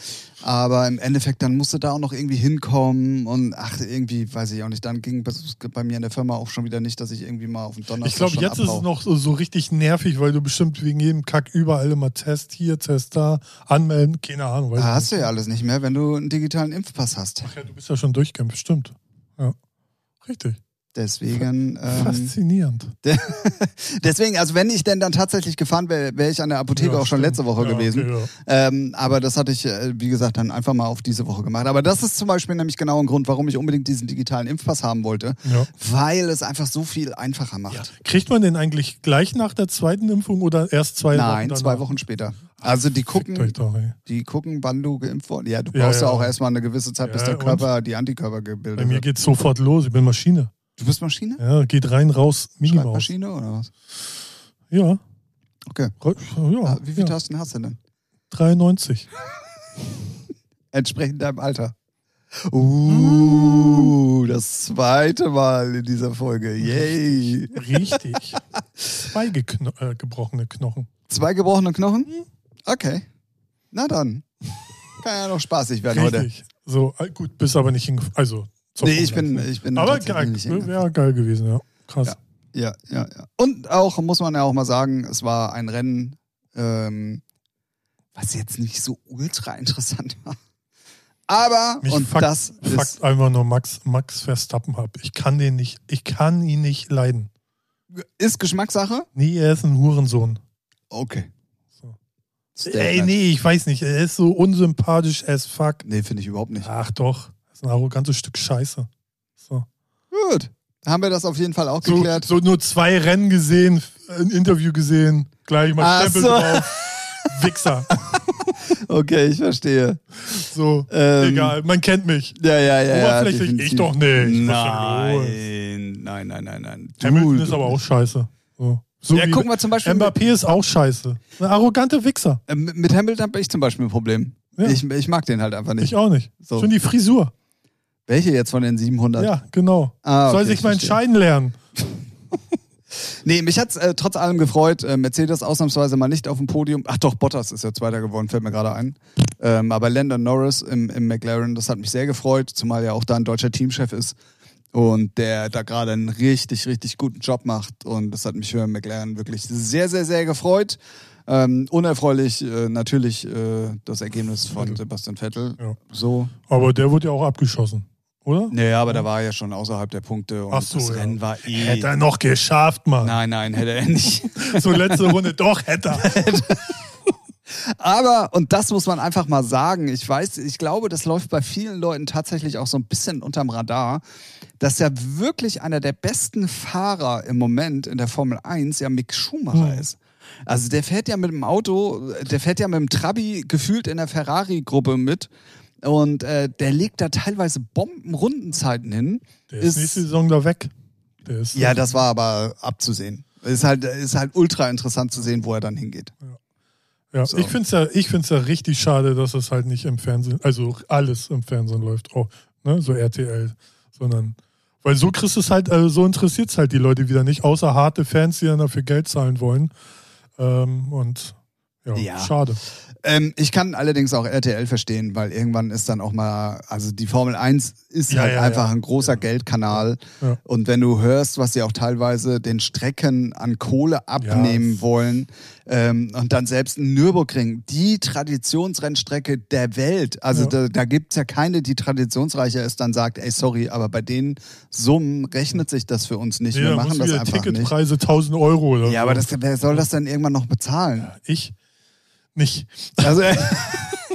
S2: Aber im Endeffekt, dann musste da auch noch irgendwie hinkommen und ach, irgendwie, weiß ich auch nicht, dann ging das bei mir in der Firma auch schon wieder nicht, dass ich irgendwie mal auf den Donnerstag
S1: Ich glaube,
S2: schon
S1: jetzt ist
S2: abhau.
S1: es noch so, so richtig nervig, weil du bestimmt wegen jedem Kack überall immer Test hier, Test da, anmelden, keine Ahnung. Weiß
S2: Ah,
S1: ich
S2: Hast du ja alles nicht mehr, wenn du einen digitalen Impfpass hast.
S1: nicht. Ach ja, du bist ja schon durchkämpft, stimmt. Ja. Richtig.
S2: Deswegen. Ähm,
S1: Faszinierend.
S2: deswegen, also wenn ich denn dann tatsächlich gefahren wäre, wäre ich an der Apotheke
S1: Ja,
S2: auch schon
S1: stimmt.
S2: letzte Woche
S1: Ja,
S2: gewesen.
S1: Okay, ja.
S2: Ähm, aber das hatte ich, äh, wie gesagt, dann einfach mal auf diese Woche gemacht. Aber das ist zum Beispiel nämlich genau ein Grund, warum ich unbedingt diesen digitalen Impfpass haben wollte,
S1: Ja.
S2: weil es einfach so viel einfacher macht.
S1: Ja. Kriegt man den eigentlich gleich nach der zweiten Impfung oder erst zwei Wochen?
S2: Nein,
S1: danach?
S2: zwei Wochen später. Also die
S1: Fickt euch
S2: gucken,
S1: doch, ey.
S2: die gucken, wann du geimpft worden. Ja, du
S1: Ja,
S2: brauchst ja,
S1: ja.
S2: auch erstmal eine gewisse Zeit, bis
S1: Ja,
S2: der
S1: und?
S2: Körper die Antikörper
S1: Bei
S2: gebildet
S1: mir
S2: wird.
S1: geht's sofort los, ich bin Maschine.
S2: Du bist Maschine?
S1: Ja, geht rein, raus, Minimaus.
S2: Schreibmaschine oder was?
S1: Ja.
S2: Okay.
S1: Ra-
S2: Ah,
S1: ja.
S2: Wie viele
S1: ja.
S2: Tasten hast du denn?
S1: 93.
S2: Entsprechend deinem Alter.
S1: Mhm.
S2: Uh, das zweite Mal in dieser Folge. Yay.
S1: Richtig. Zwei gekno äh, gebrochene Knochen.
S2: Zwei gebrochene
S1: Mhm.
S2: Knochen? Okay. Na dann. Kann ja noch spaßig werden heute.
S1: Richtig. So, äh, gut, bist aber nicht hingefallen. Also, zur
S2: Nee, ich bin,
S1: Formel
S2: ich bin
S1: 1. Aber
S2: tatsächlich
S1: geil,
S2: nicht hingegangen.
S1: wäre geil gewesen, ja. Krass.
S2: Ja. Ja, ja, ja. Und auch, muss man ja auch mal sagen, es war ein Rennen, ähm, was jetzt nicht so ultra interessant war. Aber,
S1: Mich
S2: und
S1: fuckt-
S2: das ist.
S1: Fakt einfach nur Max, Max Verstappen hab. Ich kann den nicht, ich kann ihn nicht leiden.
S2: Ist Geschmackssache?
S1: Nee, er ist ein Hurensohn.
S2: Okay.
S1: So. Ey,
S2: Statement.
S1: nee, ich weiß nicht. Er ist so unsympathisch as fuck.
S2: Nee, finde ich überhaupt nicht.
S1: Ach doch, ist ein arrogantes Stück Scheiße. So.
S2: Gut. Haben wir das auf jeden Fall auch
S1: So,
S2: geklärt.
S1: so nur zwei Rennen gesehen, ein Interview gesehen, gleich mal
S2: Ach
S1: Stempel
S2: so.
S1: drauf. Wichser.
S2: Okay, ich verstehe.
S1: So,
S2: Ähm,
S1: egal, man kennt mich.
S2: Ja, ja, ja. ja,
S1: Oberflächlich?
S2: definitiv.
S1: Ich doch nicht. Was
S2: Nein, nein, nein, nein, nein. Du-
S1: Hamilton ist
S2: du-
S1: aber auch scheiße. So, so
S2: Ja,
S1: wie
S2: gucken wir zum Beispiel.
S1: Mbappé ist auch scheiße. Ein arrogante Wichser.
S2: Äh, Mit, mit Hamilton habe ich zum Beispiel ein Problem.
S1: Ja.
S2: Ich, ich mag den halt einfach nicht.
S1: Ich auch nicht.
S2: So.
S1: Schon die Frisur.
S2: Welche jetzt von den 700?
S1: Ja, genau.
S2: Ah, okay,
S1: Soll sich
S2: ich
S1: mal
S2: verstehe.
S1: entscheiden lernen.
S2: Nee, mich hat's äh, trotz allem gefreut. Äh, Mercedes ausnahmsweise mal nicht auf dem Podium. Ach doch, Bottas ist ja Zweiter geworden, fällt mir gerade ein. Ähm, aber Landon Norris im, im McLaren, das hat mich sehr gefreut, zumal ja auch da ein deutscher Teamchef ist. und der da gerade einen richtig, richtig guten Job macht. Und das hat mich für McLaren wirklich sehr, sehr, sehr gefreut. Ähm, unerfreulich äh, natürlich äh, das Ergebnis von
S1: Vettel.
S2: Sebastian Vettel.
S1: Ja.
S2: So.
S1: Aber der wurde ja auch abgeschossen, oder?
S2: Naja, aber da war er ja schon außerhalb der Punkte und
S1: Hm. Ach so,
S2: das
S1: ja.
S2: Rennen war eh.
S1: Hätte er noch geschafft, Mann.
S2: Nein, nein, hätte er nicht.
S1: So letzte Runde, doch, hätte er.
S2: Aber, und das muss man einfach mal sagen, ich weiß, ich glaube, das läuft bei vielen Leuten tatsächlich auch so ein bisschen unterm Radar, dass ja wirklich einer der besten Fahrer im Moment in der Formel 1 ja Mick
S1: Hm.
S2: Schumacher ist. Also der fährt ja mit dem Auto, der fährt ja mit dem Trabi gefühlt in der Ferrari-Gruppe mit und äh, der legt da teilweise Bombenrundenzeiten hin.
S1: Der ist, nächste Saison da weg. Der ist
S2: ja, das war aber abzusehen. Ist halt, ist halt ultra interessant zu sehen, wo er dann hingeht.
S1: Ja,
S2: So.
S1: ich finde es ja, ich find's ja richtig schade, dass es halt nicht im Fernsehen, also alles im Fernsehen läuft, oh, ne, so RTL, sondern weil so kriegst es halt, also so interessiert es halt die Leute wieder nicht, außer harte Fans, die dann dafür Geld zahlen wollen. Ähm, und ja,
S2: Ja.
S1: schade.
S2: Ähm, ich kann allerdings auch RTL verstehen, weil irgendwann ist dann auch mal, also die Formel 1 ist
S1: Ja,
S2: halt
S1: ja,
S2: einfach
S1: ja.
S2: ein großer Geldkanal.
S1: Ja.
S2: Und wenn du hörst, was sie auch teilweise den Strecken an Kohle abnehmen
S1: Ja.
S2: wollen ähm, und dann selbst in Nürburgring, die Traditionsrennstrecke der Welt, also
S1: Ja.
S2: da, da gibt es ja keine, die traditionsreicher ist, dann sagt, ey, sorry, aber bei den Summen rechnet sich das für uns nicht.
S1: Nee,
S2: Wir
S1: da
S2: machen
S1: musst du
S2: das
S1: wieder
S2: einfach nicht.
S1: Ticketpreise 1000 Euro oder
S2: Ja,
S1: so.
S2: aber das, wer soll das dann irgendwann noch bezahlen?
S1: Ich nicht.
S2: Also,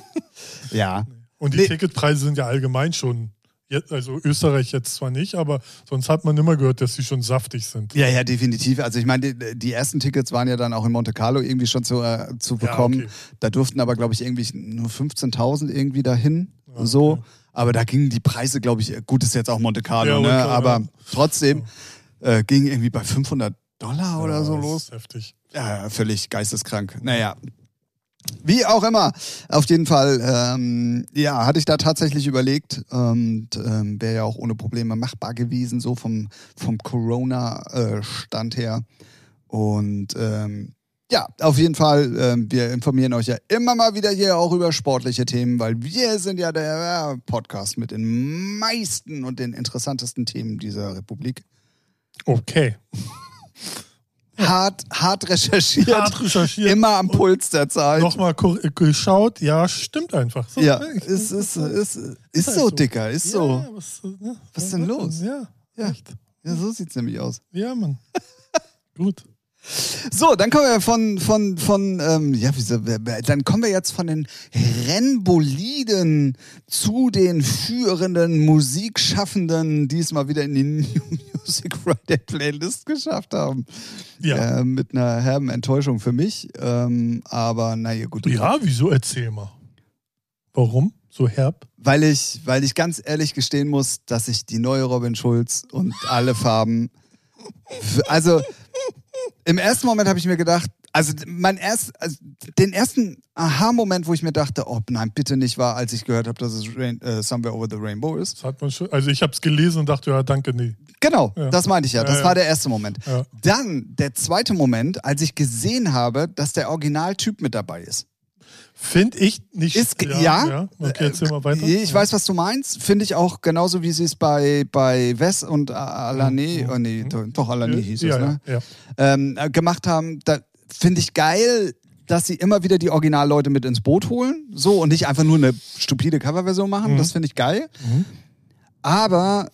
S2: ja.
S1: Und die
S2: Nee.
S1: Ticketpreise sind ja allgemein schon, jetzt, also Österreich jetzt zwar nicht, aber sonst hat man immer gehört, dass sie schon saftig sind.
S2: Ja, ja, definitiv. Also ich meine, die, die ersten Tickets waren ja dann auch in Monte Carlo irgendwie schon zu, äh, zu bekommen.
S1: okay.
S2: Da durften aber, glaube ich, irgendwie nur 15.000 irgendwie dahin. so. Aber da gingen die Preise, glaube ich, gut ist jetzt auch Monte Carlo,
S1: Ja,
S2: ne?
S1: Monte Carlo,
S2: aber
S1: ja.
S2: trotzdem äh, ging irgendwie bei 500 Dollar oder
S1: Ja,
S2: so
S1: das ist
S2: los.
S1: Heftig.
S2: Ja, völlig geisteskrank. Naja. Wie auch immer, auf jeden Fall, ähm, ja, hatte ich da tatsächlich überlegt und ähm, wäre ja auch ohne Probleme machbar gewesen, so vom, vom Corona-Stand her. Und ähm, ja, auf jeden Fall, ähm, wir informieren euch ja immer mal wieder hier auch über sportliche Themen, weil wir sind ja der äh, Podcast mit den meisten und den interessantesten Themen dieser Republik.
S1: Okay.
S2: Hart, hart recherchiert,
S1: Hart recherchiert.
S2: immer am Puls der Zeit.
S1: nochmal ko- äh, geschaut, ja, stimmt einfach. So,
S2: Ja,
S1: ne? Ich-
S2: ist, ist, ist, ist
S1: halt
S2: so,
S1: so.
S2: Dicker, ist so.
S1: Ja, was, ne?
S2: Was ist denn los?
S1: Ja,
S2: Ja.
S1: echt.
S2: Ja, so sieht's nämlich aus.
S1: Ja, Mann. Gut.
S2: So, dann kommen wir von, von, von, ähm, ja, wieso, wer- wer- dann kommen wir jetzt von den Rennboliden zu den führenden Musikschaffenden, die es mal wieder in die New Music Friday Playlist geschafft haben.
S1: Ja.
S2: Äh, mit einer herben Enttäuschung für mich, ähm, aber naja, gut.
S1: Ja, wieso erzähl mal? Warum? So herb?
S2: Weil ich, weil ich ganz ehrlich gestehen muss, dass ich die neue Robin Schulz und alle Farben. Also im ersten Moment habe ich mir gedacht, also mein erst, also den ersten Aha-Moment, wo ich mir dachte, oh nein, bitte nicht war, als ich gehört habe, dass es Rain, äh, Somewhere Over the Rainbow ist.
S1: Das hat man schon. Also ich habe es gelesen und dachte, ja, danke, nee.
S2: Genau,
S1: Ja.
S2: das meinte ich ja. Das
S1: Ja, ja.
S2: war der erste Moment.
S1: Ja.
S2: Dann der zweite Moment, als ich gesehen habe, dass der Originaltyp mit dabei ist.
S1: Finde ich nicht.
S2: Ist ge- ja. Äh,
S1: ja. Okay, erzähl mal weiter.
S2: Ich weiß, was du meinst. Finde ich auch genauso, wie sie es bei, bei Wes und Alane,
S1: Mhm.
S2: oh nee, do- doch Alane hieß es,
S1: ja,
S2: ne?
S1: Ja, ja.
S2: Ähm, äh, gemacht haben. Da finde ich geil, dass sie immer wieder die Originalleute mit ins Boot holen. So und nicht einfach nur eine stupide Coverversion machen. Das finde ich geil.
S1: Mhm.
S2: Aber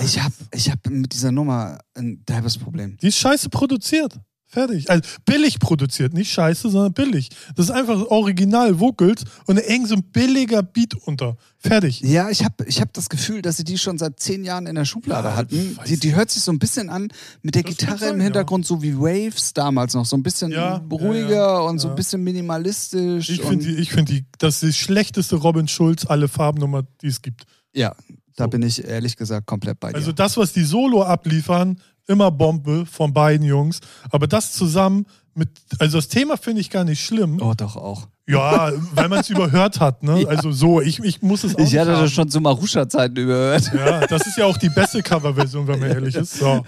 S2: ich habe ich hab mit dieser Nummer ein derbes Problem.
S1: Die ist scheiße produziert. Fertig. Also billig produziert, nicht scheiße, sondern billig. Das ist einfach original Vocals und eng so ein billiger Beat unter. Fertig.
S2: Ja, ich habe ich hab das Gefühl, dass sie die schon seit zehn Jahren in der Schublade
S1: Ja,
S2: hatten.
S1: weiß
S2: Die, die hört sich so ein bisschen an mit der
S1: Das kann
S2: Gitarre
S1: sein,
S2: im Hintergrund, so wie Waves damals noch. So ein bisschen
S1: Ja,
S2: ruhiger
S1: ja, ja,
S2: und so ein
S1: ja.
S2: bisschen minimalistisch.
S1: Ich
S2: und,
S1: finde die, ich find die, das ist die schlechteste Robin Schulz, alle Farbennummer, die es gibt.
S2: ja, da
S1: So.
S2: bin ich ehrlich gesagt komplett bei dir.
S1: Also das, was die Solo abliefern, immer Bombe von beiden Jungs. Aber das zusammen mit, also das Thema finde ich gar nicht schlimm.
S2: oh, doch auch.
S1: Ja, weil man es überhört hat, ne? Also so, ich, ich muss es auch
S2: Ich
S1: nicht
S2: hatte
S1: haben.
S2: das schon zu Marusha-Zeiten überhört.
S1: Ja, das ist ja auch die beste Coverversion, wenn man ehrlich ist. So.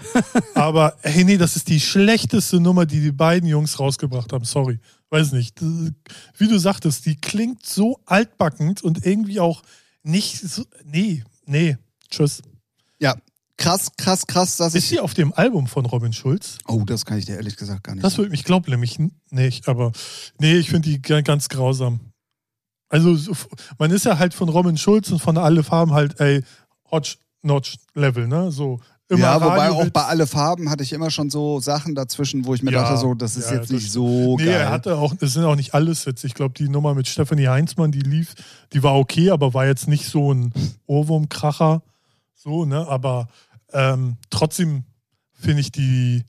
S1: Aber hey, nee, das ist die schlechteste Nummer, die die beiden Jungs rausgebracht haben. Sorry. Weiß nicht. Das- Wie du sagtest, die klingt so altbackend und irgendwie auch nicht so. Nee, nee. Tschüss.
S2: Ja, krass, krass, krass, dass
S1: Ist
S2: ich.
S1: sie auf dem Album von Robin Schulz?
S2: Oh, das kann ich dir ehrlich gesagt gar nicht.
S1: Das würde mich glauben, nämlich n- nicht, aber nee, ich finde die ga- ganz grausam. Also so f- man ist ja halt von Robin Schulz und von alle Farben halt, ey, Hotch Notch Level, ne? So immer
S2: ja, wobei
S1: Radio
S2: auch
S1: mit-
S2: bei alle Farben hatte ich immer schon so Sachen dazwischen, wo ich mir
S1: Ja,
S2: dachte, so, das ist
S1: ja, das
S2: jetzt nicht
S1: stimmt.
S2: so
S1: Nee,
S2: Oh, geil.
S1: er hatte auch, es sind auch nicht alles Hits. Ich glaube, die Nummer mit Stephanie Heinzmann, die lief, die war okay, aber war jetzt nicht so ein Ohrwurmkracher. So, ne? Aber ähm, trotzdem finde ich die,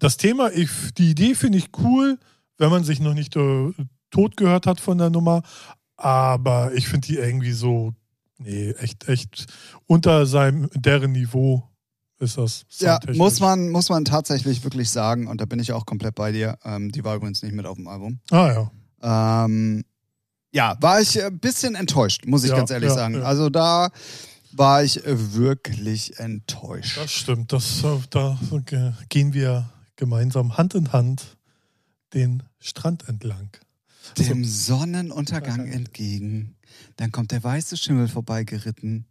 S1: das Thema, ich, die Idee finde ich cool, wenn man sich noch nicht äh, tot gehört hat von der Nummer. Aber ich finde die irgendwie so, nee, echt, echt unter seinem, deren Niveau ist das.
S2: ja,
S1: soundtechnisch.
S2: muss man, muss man tatsächlich wirklich sagen, und da bin ich auch komplett bei dir. Ähm, die war übrigens nicht mit auf dem Album.
S1: Ah, ja.
S2: Ähm, ja, war ich äh, ein bisschen enttäuscht, muss ich
S1: Ja,
S2: ganz ehrlich
S1: ja,
S2: sagen.
S1: ja.
S2: Also da war ich äh, wirklich enttäuscht.
S1: Das stimmt, das, äh, da ge- gehen wir gemeinsam Hand in Hand den Strand entlang.
S2: Dem Sonnenuntergang entgegen. Dann kommt der weiße Schimmel vorbeigeritten.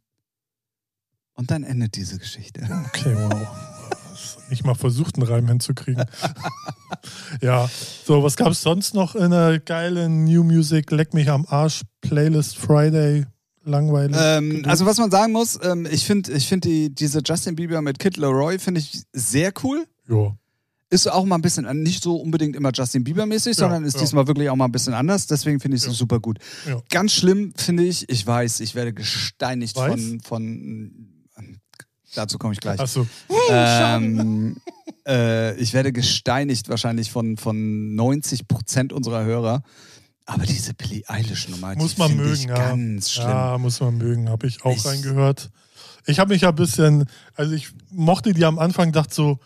S2: Und dann endet diese Geschichte.
S1: Okay, wow. Hast Nicht mal versucht, einen Reim hinzukriegen. ja, so, was gab es sonst noch in der geilen New Music Leck mich am Arsch Playlist Friday? Langweilig.
S2: Ähm, also was man sagen muss, ähm, ich finde ich find die, diese Justin Bieber mit Kid Leroy finde ich sehr cool.
S1: ja.
S2: Ist auch mal ein bisschen, an- nicht so unbedingt immer Justin Bieber-mäßig,
S1: Ja,
S2: sondern ist
S1: ja.
S2: diesmal wirklich auch mal ein bisschen anders. Deswegen finde ich es
S1: Ja.
S2: super gut.
S1: Ja.
S2: Ganz schlimm finde ich, ich weiß, ich werde gesteinigt
S1: Weiß?
S2: von, von. Dazu komme ich gleich.
S1: Achso,
S2: Ähm, äh, ich werde gesteinigt wahrscheinlich von, von 90 Prozent unserer Hörer. Aber diese Billie Eilish-Nummer, die
S1: muss man
S2: finde
S1: mögen,
S2: ich
S1: ja.
S2: ganz schlimm.
S1: Ja, muss man mögen, habe ich auch
S2: Ich-
S1: reingehört. Ich habe mich ja ein bisschen, also ich mochte die am Anfang, dachte so,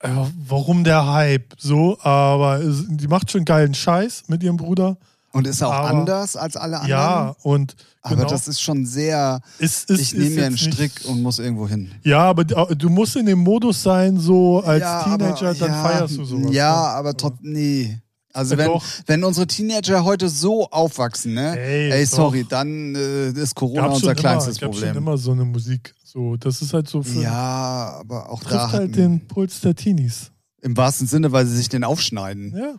S1: äh, warum der Hype? So, aber es, die macht schon geilen Scheiß mit ihrem Bruder.
S2: Und ist auch
S1: Aber-
S2: anders als alle anderen.
S1: Ja, und
S2: Ah, aber
S1: genau,
S2: das ist schon sehr,
S1: ist, ist,
S2: ich nehme
S1: ist
S2: mir einen
S1: jetzt nicht-
S2: Strick und muss irgendwo hin.
S1: Ja, aber du du musst in dem Modus sein, so als Teenager, dann
S2: ja,
S1: feierst du sowas.
S2: Ja,
S1: ne?
S2: aber trotzdem, nee. Also
S1: Ja,
S2: wenn,
S1: doch.
S2: wenn unsere Teenager heute so aufwachsen, ne?
S1: Ey,
S2: Ey,
S1: doch.
S2: sorry, dann äh, ist Corona
S1: Gab's schon
S2: unser kleinstes
S1: immer, gab's schon
S2: Problem.
S1: immer so eine Musik. So, das ist halt so für,
S2: Ja, aber auch da
S1: trifft
S2: hatten-
S1: halt den Puls der Teenies.
S2: Im wahrsten Sinne, weil sie sich den aufschneiden.
S1: Ja.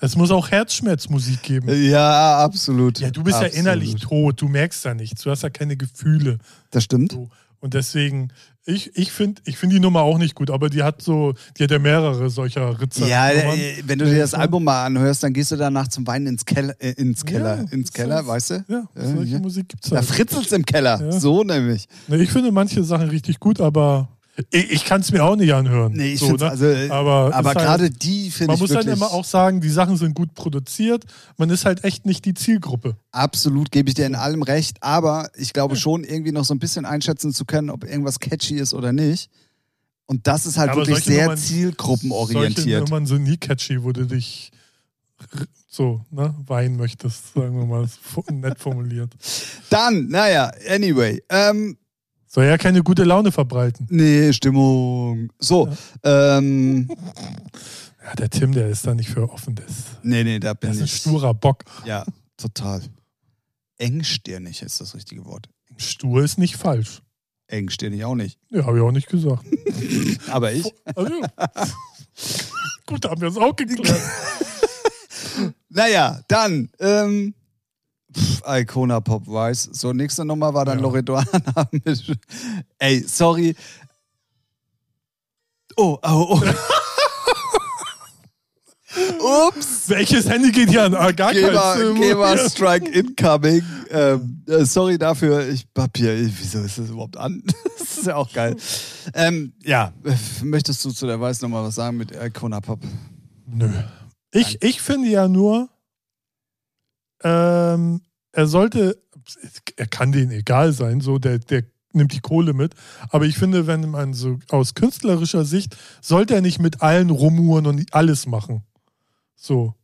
S1: es muss auch Herzschmerzmusik geben.
S2: Ja, absolut.
S1: Ja, du bist
S2: absolut.
S1: ja innerlich tot, du merkst ja nichts, du hast ja keine Gefühle.
S2: Das stimmt.
S1: So. Und deswegen, ich, ich finde ich find die Nummer auch nicht gut, aber die hat so, die hat ja mehrere solcher Ritzer.
S2: Ja,
S1: Nummern.
S2: äh, wenn du dir das Album mal anhörst, dann gehst du danach zum Weinen ins Keller, äh, ins Keller,
S1: Ja,
S2: ins
S1: so
S2: Keller,
S1: ist-
S2: weißt du?
S1: ja,
S2: Äh,
S1: solche
S2: ja.
S1: Musik gibt es
S2: Da
S1: halt.
S2: fritzelt's im Keller,
S1: Ja.
S2: so nämlich.
S1: Ne, ich finde manche Sachen richtig gut, aber ich, ich kann es mir auch nicht anhören.
S2: Nee, ich
S1: So,
S2: find's,
S1: ne?
S2: also, äh,
S1: aber
S2: aber
S1: ist halt-
S2: gerade die finde
S1: Man
S2: ich
S1: muss
S2: wirklich
S1: dann immer auch sagen, die Sachen sind gut produziert, man ist halt echt nicht die Zielgruppe.
S2: absolut, gebe ich dir in allem recht, aber ich glaube schon irgendwie noch so ein bisschen einschätzen zu können, ob irgendwas catchy ist oder nicht. Und das ist halt
S1: Ja, aber
S2: wirklich
S1: solche
S2: sehr
S1: Nummern- Solche
S2: zielgruppenorientiert.
S1: Nummern sind nie catchy, wo du dich r- so ne, weinen möchtest, sagen wir mal, so nett formuliert.
S2: Dann, naja, anyway. Ähm,
S1: Soll ja keine gute Laune verbreiten.
S2: Nee, Stimmung. So, ähm,
S1: Ja, der Tim, der ist da nicht für offen. Der ist,
S2: nee, nee, da bin
S1: der ist ein
S2: ich.
S1: sturer Bock.
S2: Ja, total. Engstirnig ist das richtige Wort.
S1: Stur ist nicht falsch.
S2: Engstirnig auch nicht.
S1: Ja, habe ich auch nicht gesagt.
S2: Aber ich.
S1: Also, ja. Gut, da haben wir es auch geklärt.
S2: Naja, dann, ähm, pff, Icona Pop Weiß. So, nächste Nummer war dann
S1: Ja.
S2: Loredana mit. Ey, sorry. Oh, oh, oh. Ups.
S1: Welches Handy geht hier an? Ah, gar
S2: Gamer,
S1: keins.
S2: Gamer Strike Incoming. Ähm, äh, sorry dafür, ich hab hier, ich- wieso ist das überhaupt an? das ist ja auch geil. Ähm, ja, äh, möchtest du zu der Weiß nochmal was sagen mit Icona Pop?
S1: Nö. Ich, ich finde ja nur, ähm, er sollte, er kann denen egal sein, so der, der nimmt die Kohle mit. Aber ich finde, wenn man so aus künstlerischer Sicht, sollte er nicht mit allen rumhuren und alles machen. So.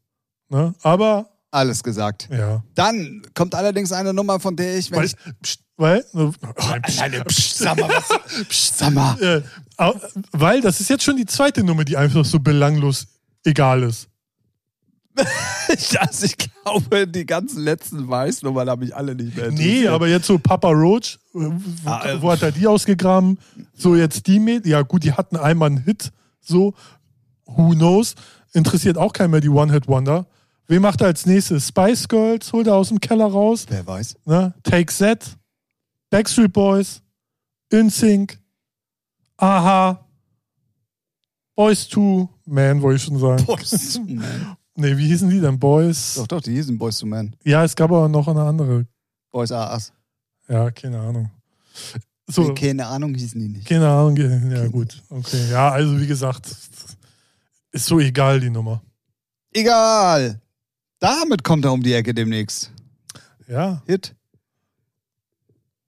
S1: Ne? Aber,
S2: Alles gesagt.
S1: ja.
S2: Dann kommt allerdings eine Nummer, von der ich, wenn
S1: Weil,
S2: ich
S1: pst, weil, oh, pst,
S2: Alleine, psch, äh, sag mal, was, psch, sag mal.
S1: äh, au- weil das ist jetzt schon die zweite Nummer, die einfach so belanglos egal ist.
S2: also ich glaube, die ganzen letzten Weißnummern habe ich alle nicht mehr.
S1: Nee,
S2: interessiert.
S1: aber jetzt so Papa Roach, äh, wo,
S2: Ah, äh.
S1: wo hat er die ausgegraben? So jetzt die mit, ja gut, die hatten einmal einen Hit, so, who knows, interessiert auch keiner mehr die One-Hit-Wonder. Wen macht er als nächstes? Spice Girls, holt er aus dem Keller raus,
S2: Wer weiß.
S1: ne? Take That, Backstreet Boys, InSync, Aha, Boys 2, Man, wollte ich schon sagen.
S2: Boys. Man.
S1: Nee, wie hießen die denn? Boys?
S2: Doch, doch, die hießen Boys to Men.
S1: Ja, es gab aber noch eine andere.
S2: Boys are us.
S1: Ja, keine Ahnung.
S2: So.
S1: So,
S2: Keine Ahnung, hießen die nicht.
S1: keine Ahnung. Ja, gut. Okay. Ja, also wie gesagt, ist so egal die Nummer.
S2: Egal. Damit kommt er um die Ecke demnächst.
S1: Ja.
S2: Hit.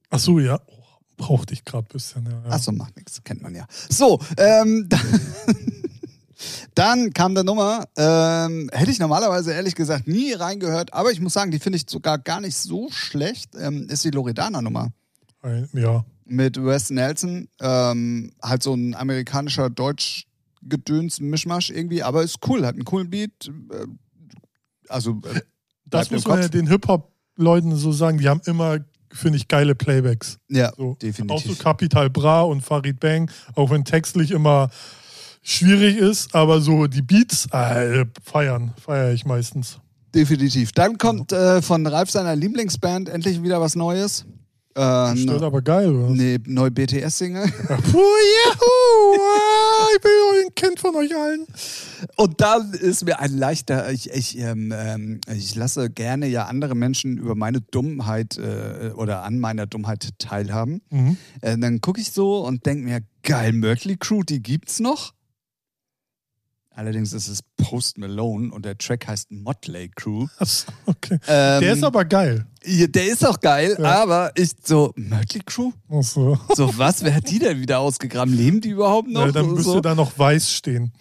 S1: Ach so, ja. Oh, brauchte ich gerade ein bisschen. Ja, ja.
S2: Achso, macht nichts, kennt man ja. So, ähm, dann kam der Nummer, ähm, hätte ich normalerweise ehrlich gesagt nie reingehört, aber ich muss sagen, die finde ich sogar gar nicht so schlecht, ähm, ist die Loredana-Nummer
S1: Ein, ja.
S2: mit Wes Nelson, ähm, halt so ein amerikanischer Deutsch gedöns Mischmasch irgendwie, aber ist cool, hat einen coolen Beat, äh, also äh,
S1: Das
S2: bleibt im
S1: muss man ja
S2: Kopf.
S1: den Hip-Hop-Leuten so sagen. Die haben immer, finde ich, geile Playbacks.
S2: Ja,
S1: So. Auch so
S2: definitiv.
S1: Capital Bra und Farid Bang, auch wenn textlich immer schwierig ist, aber so die Beats äh, feiern, feiere ich meistens.
S2: Definitiv. Dann kommt äh, von Ralf seiner Lieblingsband endlich wieder was Neues. Äh,
S1: Stört aber geil, oder?
S2: Nee, neue BTS-Single.
S1: Puh, juhu! Ah, ich bin ja ein Kind von euch allen.
S2: Und dann ist mir ein leichter, ich, ich, ähm, ähm, ich lasse gerne ja andere Menschen über meine Dummheit äh, oder an meiner Dummheit teilhaben.
S1: Mhm.
S2: Äh, dann gucke ich so und denke mir, geil, Merkley Crew, die gibt's noch. Allerdings ist es Post Malone und der Track heißt Motley Crew.
S1: Das, okay.
S2: Ähm,
S1: Der ist aber geil.
S2: ja, der ist auch geil,
S1: Ja.
S2: aber ich so, Merkley Crew?
S1: Ach so.
S2: So, was? Wer hat die denn wieder ausgegraben? Leben die überhaupt noch?
S1: ja, dann
S2: so,
S1: müsste da noch weiß stehen.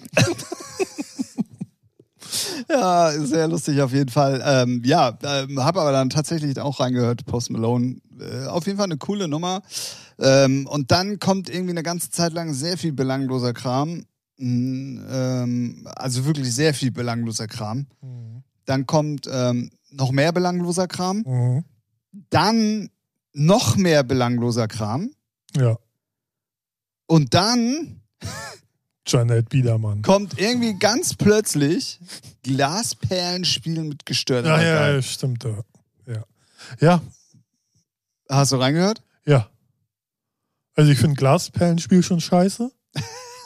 S2: Ja, sehr lustig auf jeden Fall. Ähm, ja, ähm, habe aber dann tatsächlich auch reingehört, Post Malone. Äh, auf jeden Fall eine coole Nummer. Ähm, und dann kommt irgendwie eine ganze Zeit lang sehr viel belangloser Kram. Mhm, ähm, also wirklich sehr viel belangloser Kram.
S1: Mhm.
S2: Dann kommt ähm, noch mehr belangloser Kram.
S1: Mhm.
S2: Dann noch mehr belangloser Kram.
S1: Ja,
S2: Und dann
S1: Janet Biedermann.
S2: kommt irgendwie ganz plötzlich Glasperlen spielen mit gestörter
S1: Ah, Ja, ja,
S2: Geil.
S1: ja, stimmt. Ja. Ja. ja,
S2: Hast du reingehört?
S1: ja. Also ich finde Glasperlenspiel schon scheiße.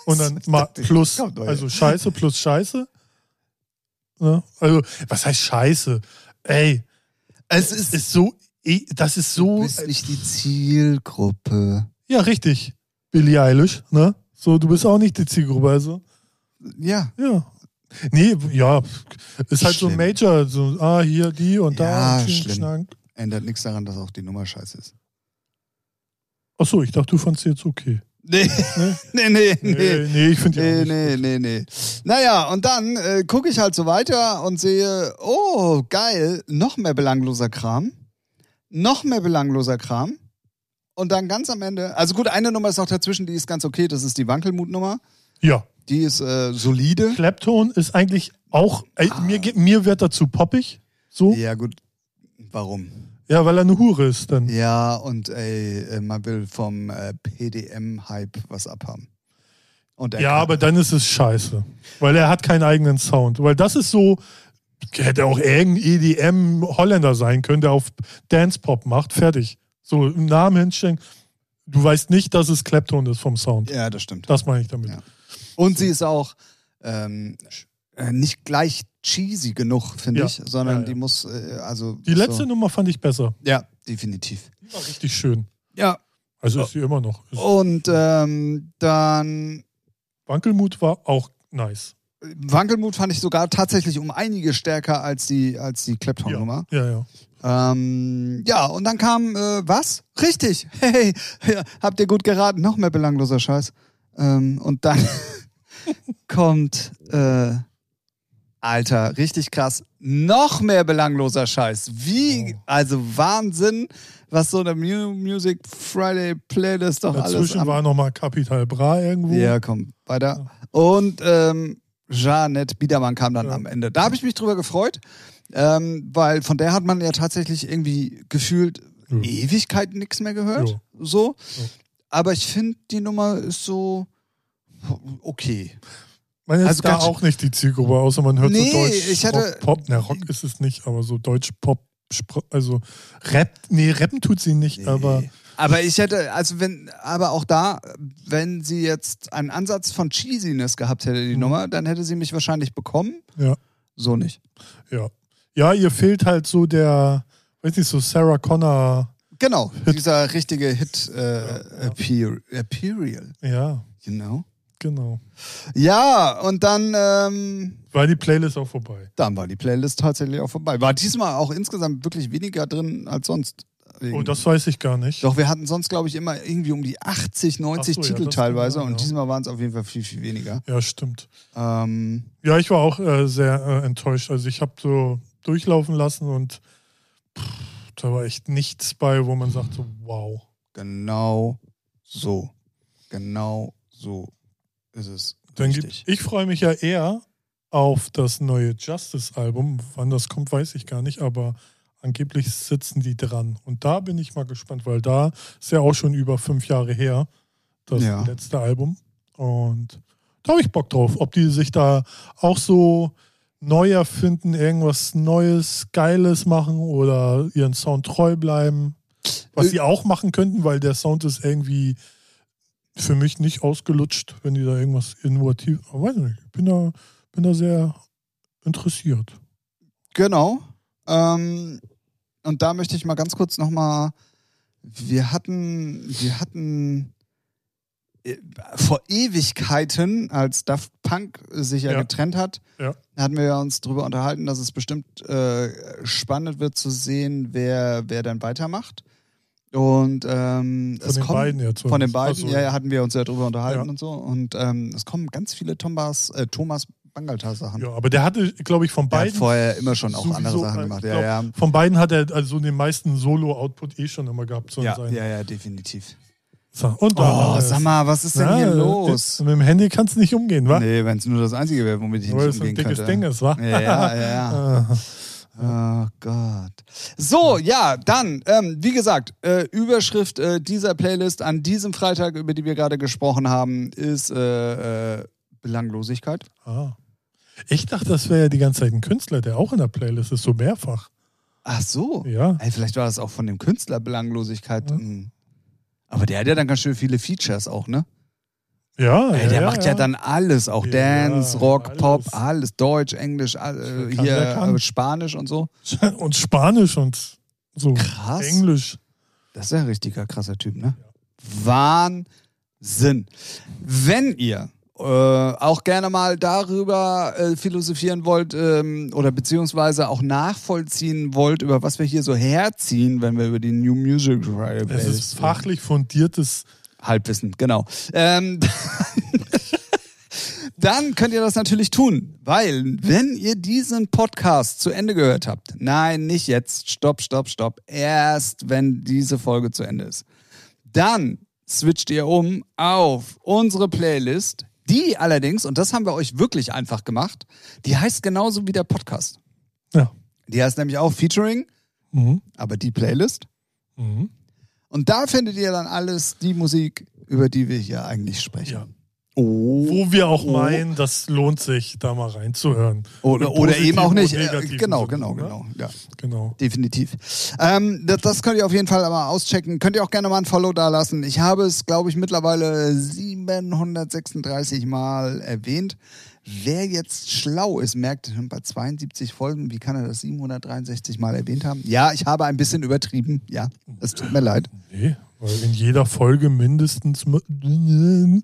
S1: Und dann
S2: Ich
S1: mal
S2: dachte, ich
S1: plus,
S2: komm doch
S1: also scheiße plus scheiße. Ne? Also, was heißt scheiße? Ey,
S2: Es
S1: es ist so, eh- das ist so
S2: nicht die Zielgruppe.
S1: Ja, richtig. Billie Eilish, ne? So, du bist auch nicht die Zielgruppe, also.
S2: Ja.
S1: Ja. Nee, ja. Ist halt so ein
S2: Schlimm.
S1: Major, so, ah, hier, die und da.
S2: Ja,
S1: und
S2: schlimm.
S1: schnack.
S2: Ändert nichts daran, dass auch die Nummer scheiße ist.
S1: Achso, ich dachte, du fandst sie jetzt okay.
S2: Nee,
S1: Nee.
S2: nee,
S1: Nee,
S2: nee, nee.
S1: nee ich finde die
S2: Nee,
S1: auch nicht.
S2: nee, nee, nee. Naja, und dann äh, gucke ich halt so weiter und sehe, oh, geil, noch mehr belangloser Kram. Noch mehr belangloser Kram. Und dann ganz am Ende, also gut, eine Nummer ist noch dazwischen, die ist ganz okay, das ist die Wankelmut-Nummer.
S1: Ja.
S2: Die ist äh, solide.
S1: Clapton ist eigentlich auch, ey,
S2: Ah.
S1: mir, ge- mir wird dazu poppig. So. Ja.
S2: Ja, gut. Warum?
S1: weil er eine Hure ist dann.
S2: Ja, und ey, äh, man will vom äh, PDM-Hype was abhaben. Und er
S1: Ja,
S2: kann- halt
S1: aber dann ist es scheiße. Weil er hat keinen eigenen Sound. Weil das ist so, hätte auch irgendein E EDM-Holländer sein können, der auf Dance-Pop macht. Fertig. So einen Namen hinstellen. Du weißt nicht, dass es Clapton ist vom Sound.
S2: Ja, das stimmt.
S1: Das meine ich damit.
S2: Ja. Und sie ist auch ähm, äh, nicht gleich cheesy genug, finde
S1: Ja.
S2: ich, sondern
S1: Ja, ja.
S2: die muss, äh, also.
S1: Die letzte
S2: So.
S1: Nummer fand ich besser.
S2: Ja, definitiv.
S1: Die war richtig schön.
S2: Ja.
S1: Also ist sie immer noch.
S2: Oh.
S1: Ist,
S2: Und ähm, dann. äh,
S1: Wankelmut war auch nice.
S2: Wankelmut fand ich sogar tatsächlich um einige stärker als die, als die Klepton-Nummer.
S1: Ja, ja.
S2: Ähm, ja, und dann kam äh, was? Richtig. Hey, ja, habt ihr gut geraten? Noch mehr belangloser Scheiß. Ähm, und dann kommt, äh, Alter, richtig krass. Noch mehr belangloser Scheiß. Wie,
S1: Oh.
S2: also Wahnsinn, was so eine Mu Music Friday Playlist doch alles
S1: Dazwischen war nochmal Capital Bra irgendwo.
S2: Ja, komm, weiter. Und ähm, Jeanette Biedermann kam dann am Ende. Da habe ich mich drüber gefreut, ähm, weil von der hat man ja tatsächlich irgendwie gefühlt
S1: Ja.
S2: Ewigkeiten nichts mehr gehört.
S1: Ja.
S2: So.
S1: Ja.
S2: Aber ich finde, die Nummer ist so okay.
S1: Man ist
S2: Also
S1: da
S2: ganz-
S1: auch nicht die Zielgruppe, außer man hört
S2: Nee,
S1: so Deutsch
S2: ich hatte-
S1: Rock, Pop. Na, Rock ist es nicht, aber so Deutsch Pop, Spr- also Rap, nee, rappen tut sie nicht, aber
S2: Nee. aber ich hätte, also wenn, aber auch da, wenn sie jetzt einen Ansatz von Cheesiness gehabt hätte, die
S1: Mhm.
S2: Nummer, dann hätte sie mich wahrscheinlich bekommen.
S1: Ja.
S2: So nicht.
S1: ja. Ja, ihr fehlt halt so der, weiß nicht, so Sarah Connor,
S2: Genau, dieser richtige Hit äh,
S1: ja.
S2: Appear, Appeal,
S1: ja,
S2: you know.
S1: genau.
S2: Ja, und dann, ähm,
S1: War die Playlist auch vorbei. Oh,
S2: dann war die Playlist tatsächlich auch vorbei. War diesmal auch insgesamt wirklich weniger drin als sonst.
S1: Oh, das weiß ich gar nicht.
S2: Doch wir hatten sonst, glaube ich, immer irgendwie um die 80, 90
S1: Ach so, ja,
S2: Titel
S1: das kann
S2: teilweise
S1: sein,
S2: und
S1: ja.
S2: diesmal waren es auf jeden Fall viel, viel weniger.
S1: Ja, stimmt.
S2: Ähm,
S1: Ja, ich war auch äh, sehr äh, enttäuscht. Also ich habe so durchlaufen lassen und pff, da war echt nichts bei, wo man sagt so, wow.
S2: Genau so. Genau so ist es.
S1: Dann
S2: richtig.
S1: gibt, ich freue mich ja eher auf das neue Justice-Album. Wann das kommt, weiß ich gar nicht, aber angeblich sitzen die dran. Und da bin ich mal gespannt, weil da ist ja auch schon über fünf Jahre her, das
S2: Ja.
S1: letzte Album. Und da habe ich Bock drauf, ob die sich da auch so neu erfinden, irgendwas Neues, Geiles machen oder ihren Sound treu bleiben. Was
S2: Äh,
S1: sie auch machen könnten, weil der Sound ist irgendwie für mich nicht ausgelutscht, wenn die da irgendwas innovativ. Aber Weiß nicht, ich bin da, bin da sehr interessiert.
S2: Genau. Ähm, und da möchte ich mal ganz kurz nochmal. Wir hatten, wir hatten äh, vor Ewigkeiten, als Daft Punk sich ja,
S1: Ja.
S2: getrennt hat,
S1: Ja.
S2: hatten wir uns darüber unterhalten, dass es bestimmt äh, spannend wird zu sehen, wer, wer dann weitermacht. Und ähm,
S1: Von
S2: es
S1: den
S2: kommen,
S1: beiden jetzt.
S2: Von den beiden,
S1: Also,
S2: ja, ja, hatten wir uns ja drüber unterhalten
S1: Ja.
S2: und so. Und ähm, es kommen ganz viele Thomas, äh, Thomas Bangalter-Sachen.
S1: ja, aber der hatte, glaube ich, von
S2: Er hat
S1: beiden.
S2: vorher immer schon auch
S1: sowieso,
S2: andere Sachen
S1: äh,
S2: gemacht.
S1: glaub,
S2: Ja, ja.
S1: Von beiden hat er also den meisten Solo-Output eh schon immer gehabt. So in
S2: Ja,
S1: seinen-
S2: ja, ja, definitiv.
S1: So, Und da
S2: Oh, sag mal, was ist denn
S1: na,
S2: hier
S1: äh,
S2: los?
S1: Mit dem Handy kannst du nicht umgehen, wa?
S2: Nee, wenn es nur das Einzige wäre, womit ich
S1: Weil
S2: nicht
S1: es so ein
S2: umgehen
S1: dickes
S2: könnte.
S1: Ding ist, wa?
S2: Ja, ja, ja.
S1: Ah.
S2: Oh Gott. So, ja, dann, ähm, wie gesagt, äh, Überschrift äh, dieser Playlist an diesem Freitag, über die wir gerade gesprochen haben, ist äh, äh, Belanglosigkeit.
S1: Ah. Ich dachte, das wäre ja die ganze Zeit ein Künstler, der auch in der Playlist ist, so mehrfach.
S2: Ach so.
S1: Ja.
S2: Ey, vielleicht war das auch von dem Künstler Belanglosigkeit.
S1: Ja.
S2: ein- Aber der hat ja dann ganz schön viele Features auch, ne?
S1: Ja.
S2: Ey, der macht ja, dann alles, auch
S1: Ja,
S2: Dance, Rock, Pop,
S1: alles.
S2: alles, Deutsch, Englisch, all, äh,
S1: Kann,
S2: hier
S1: der kann.
S2: äh, Spanisch und so.
S1: Und Spanisch und so.
S2: Krass.
S1: Englisch.
S2: Das ist ja ein richtiger krasser Typ, ne? Wahnsinn. Wenn ihr äh, auch gerne mal darüber äh, philosophieren wollt ähm, oder beziehungsweise auch nachvollziehen wollt, über was wir hier so herziehen, wenn wir über die New Music Riot
S1: Es ist fachlich fundiertes.
S2: Halbwissen, genau. Ähm, dann könnt ihr das natürlich tun, weil wenn ihr diesen Podcast zu Ende gehört habt, nein, nicht jetzt, stopp, stopp, stopp, erst wenn diese Folge zu Ende ist, dann switcht ihr um auf unsere Playlist, die allerdings, und das haben wir euch wirklich einfach gemacht, die heißt genauso wie der Podcast.
S1: Ja.
S2: Die heißt nämlich auch Featuring,
S1: Mhm.
S2: aber die Playlist.
S1: Mhm.
S2: Und da findet ihr dann alles die Musik, über die wir hier eigentlich sprechen.
S1: Ja.
S2: Oh.
S1: Wo wir auch
S2: Oh.
S1: meinen, das lohnt sich, da mal reinzuhören.
S2: Oder,
S1: Im
S2: oder eben
S1: positiven
S2: auch
S1: und
S2: nicht. Äh,
S1: negativen
S2: Genau,
S1: Sinne,
S2: genau,
S1: ne?
S2: genau. Ja,
S1: Genau.
S2: definitiv. Ähm, das, das könnt ihr auf jeden Fall aber auschecken. Könnt ihr auch gerne mal ein Follow da lassen. Ich habe es, glaube ich, mittlerweile 736 Mal erwähnt. Wer jetzt schlau ist, merkt hm, bei 72 Folgen, wie kann er das 763 Mal erwähnt haben? Ja, ich habe ein bisschen übertrieben. Ja, es tut mir leid.
S1: Nee, weil in jeder Folge mindestens. Mhm,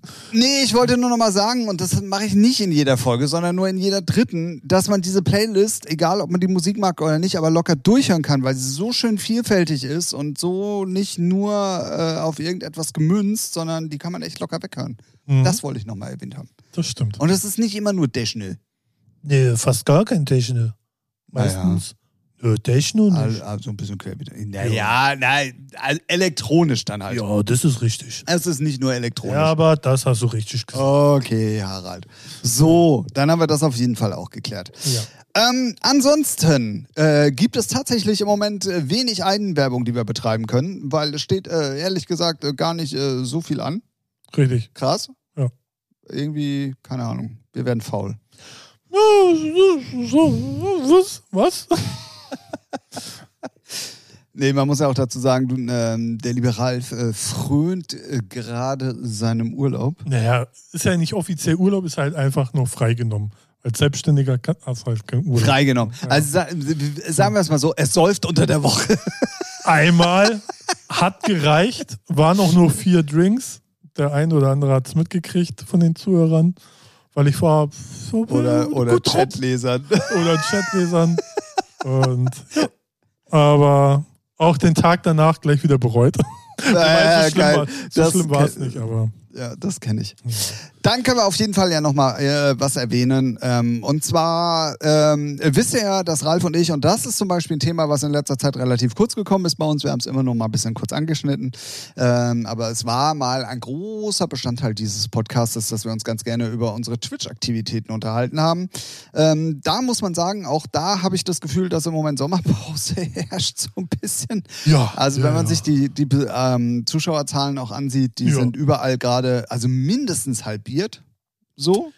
S1: m-
S2: Nee, ich wollte nur noch mal sagen, und das mache ich nicht in jeder Folge, sondern nur in jeder dritten, dass man diese Playlist, egal ob man die Musik mag oder nicht, aber locker durchhören kann, weil sie so schön vielfältig ist und so nicht nur äh, auf irgendetwas gemünzt, sondern die kann man echt locker weghören.
S1: Mhm.
S2: Das wollte ich noch mal erwähnt haben.
S1: Das stimmt.
S2: Und es ist nicht immer nur Deschnell.
S1: Nee, fast gar kein Techno.
S2: Naja.
S1: Meistens. Äh, das noch
S2: Also,
S1: nicht.
S2: also ein bisschen querbeet. Naja, nein, also elektronisch dann halt.
S1: Ja, das ist richtig.
S2: Es ist nicht nur elektronisch.
S1: Ja, aber das hast du richtig gesagt.
S2: Okay, Harald. So, dann haben wir das auf jeden Fall auch geklärt.
S1: Ja.
S2: Ähm, ansonsten äh, gibt es tatsächlich im Moment äh, wenig Eigenwerbung, die wir betreiben können, weil es steht äh, ehrlich gesagt äh, gar nicht äh, so viel an.
S1: Richtig.
S2: Krass.
S1: Ja.
S2: Irgendwie, keine Ahnung, wir werden faul.
S1: Ja, so- so- Was? Was?
S2: Nee, man muss ja auch dazu sagen, du, ähm, der liebe Ralf äh, frönt äh, gerade seinem Urlaub.
S1: Naja, ist ja nicht offiziell Urlaub, ist halt einfach nur freigenommen. Als Selbstständiger kann hast halt keinen Urlaub.
S2: Freigenommen.
S1: Ja.
S2: Also sa sagen wir es mal so, es säuft unter der Woche.
S1: Einmal hat gereicht, waren auch nur vier Drinks. Der ein oder andere hat es mitgekriegt von den Zuhörern, weil ich war so
S2: Oder,
S1: gut
S2: oder
S1: drauf.
S2: Chatlesern.
S1: oder Chatlesern. Und ja. aber auch den Tag danach gleich wieder bereut.
S2: Ja,
S1: Weil so schlimm
S2: geil.
S1: war- so
S2: Das
S1: schlimm war es
S2: kann-
S1: nicht, aber
S2: Ja, das kenne ich.
S1: Ja.
S2: Dann können wir auf jeden Fall ja nochmal äh, was erwähnen. Ähm, und zwar ähm, wisst ihr ja, dass Ralf und ich, und das ist zum Beispiel ein Thema, was in letzter Zeit relativ kurz gekommen ist bei uns, wir haben es immer nur mal ein bisschen kurz angeschnitten, ähm, aber es war mal ein großer Bestandteil dieses Podcasts, dass wir uns ganz gerne über unsere Twitch-Aktivitäten unterhalten haben. Ähm, da muss man sagen, auch da habe ich das Gefühl, dass im Moment Sommerpause herrscht, so ein bisschen.
S1: Ja,
S2: Also
S1: ja,
S2: wenn man
S1: ja.
S2: sich die, die ähm, Zuschauerzahlen auch ansieht, die
S1: Ja.
S2: sind überall gerade, also mindestens halbiert. So.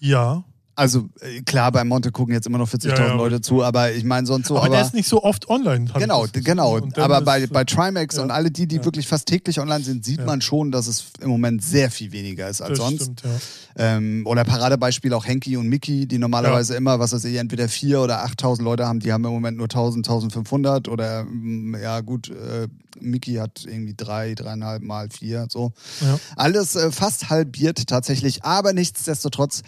S1: ja.
S2: Also äh, klar, bei Monte gucken jetzt immer noch 40.000
S1: Ja, ja.
S2: Leute zu, aber ich meine sonst so.
S1: aber,
S2: Aber,
S1: der ist nicht so oft online. hab ich
S2: genau,
S1: das Gefühl.
S2: genau.
S1: Und dann
S2: Aber
S1: ist- äh,
S2: bei, bei Trimax
S1: ja,
S2: und alle die, die
S1: ja.
S2: wirklich fast täglich online sind, sieht man schon, dass es im Moment sehr viel weniger ist als
S1: das
S2: sonst.
S1: Stimmt, ja.
S2: Ähm, oder Paradebeispiel auch Henki und Mickey, die normalerweise immer, was weiß ich, entweder 4.000 oder 8.000 Leute haben, die haben im Moment nur 1.000, 1.500 oder mm, ja gut, äh, Mickey hat irgendwie drei, dreieinhalb mal vier, so.
S1: Ja.
S2: Alles äh, fast halbiert tatsächlich, aber nichtsdestotrotz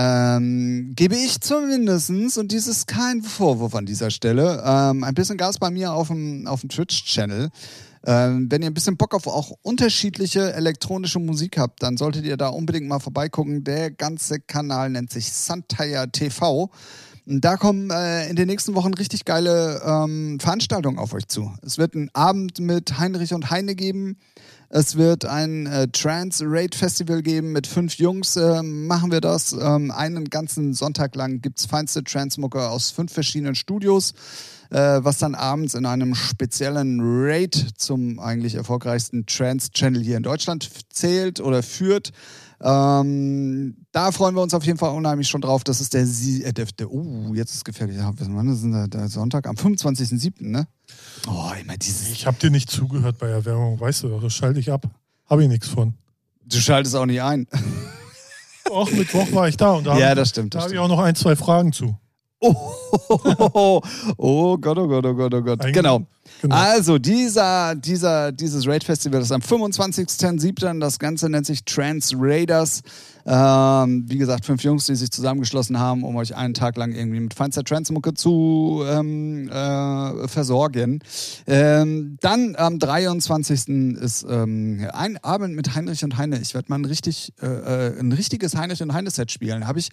S2: ähm, gebe ich zumindestens und dies ist kein Vorwurf an dieser Stelle, ähm, ein bisschen Gas bei mir auf dem, auf dem Twitch-Channel. Ähm, wenn ihr ein bisschen Bock auf auch unterschiedliche elektronische Musik habt, dann solltet ihr da unbedingt mal vorbeigucken. Der ganze Kanal nennt sich Santaya TV. Und Da kommen äh, in den nächsten Wochen richtig geile ähm, Veranstaltungen auf euch zu. Es wird einen Abend mit Heinrich und Heine geben. Es wird ein äh, Trans Raid Festival geben mit fünf Jungs. ähm, machen wir das. Ähm, einen ganzen Sonntag lang gibt es feinste Transmucker aus fünf verschiedenen Studios, äh, was dann abends in einem speziellen Raid zum eigentlich erfolgreichsten Trans Channel hier in Deutschland f- zählt oder führt. Ähm, da freuen wir uns auf jeden Fall unheimlich schon drauf. Das ist der, Sie äh, der, der uh, jetzt ist gefährlich. Ja, wann ist denn der, der Sonntag? Am 25.07., ne? Oh, immer dieses
S1: Ich habe dir nicht zugehört bei Erwärmung, weißt du doch, das schalte ich ab. Habe ich nichts von.
S2: Du schaltest auch nicht ein.
S1: Auch Mittwoch war ich da und da
S2: Ja,
S1: habe
S2: das stimmt. Das
S1: hab ich
S2: stimmt.
S1: auch noch ein, zwei Fragen zu.
S2: Oh, oh Gott, oh Gott, oh Gott, oh Gott.
S1: Eigentlich-
S2: Genau.
S1: Genau.
S2: Also, dieser, dieser, dieses Raid Festival ist am 25.07. Das Ganze nennt sich Trans Raiders. Ähm, wie gesagt, fünf Jungs, die sich zusammengeschlossen haben, um euch einen Tag lang irgendwie mit feinster Transmucke zu ähm, äh, versorgen. Ähm, dann am 23. ist ähm, ein Abend mit Heinrich und Heine. Ich werde mal ein, richtig, äh, äh, ein richtiges Heinrich und Heine-Set spielen. Habe ich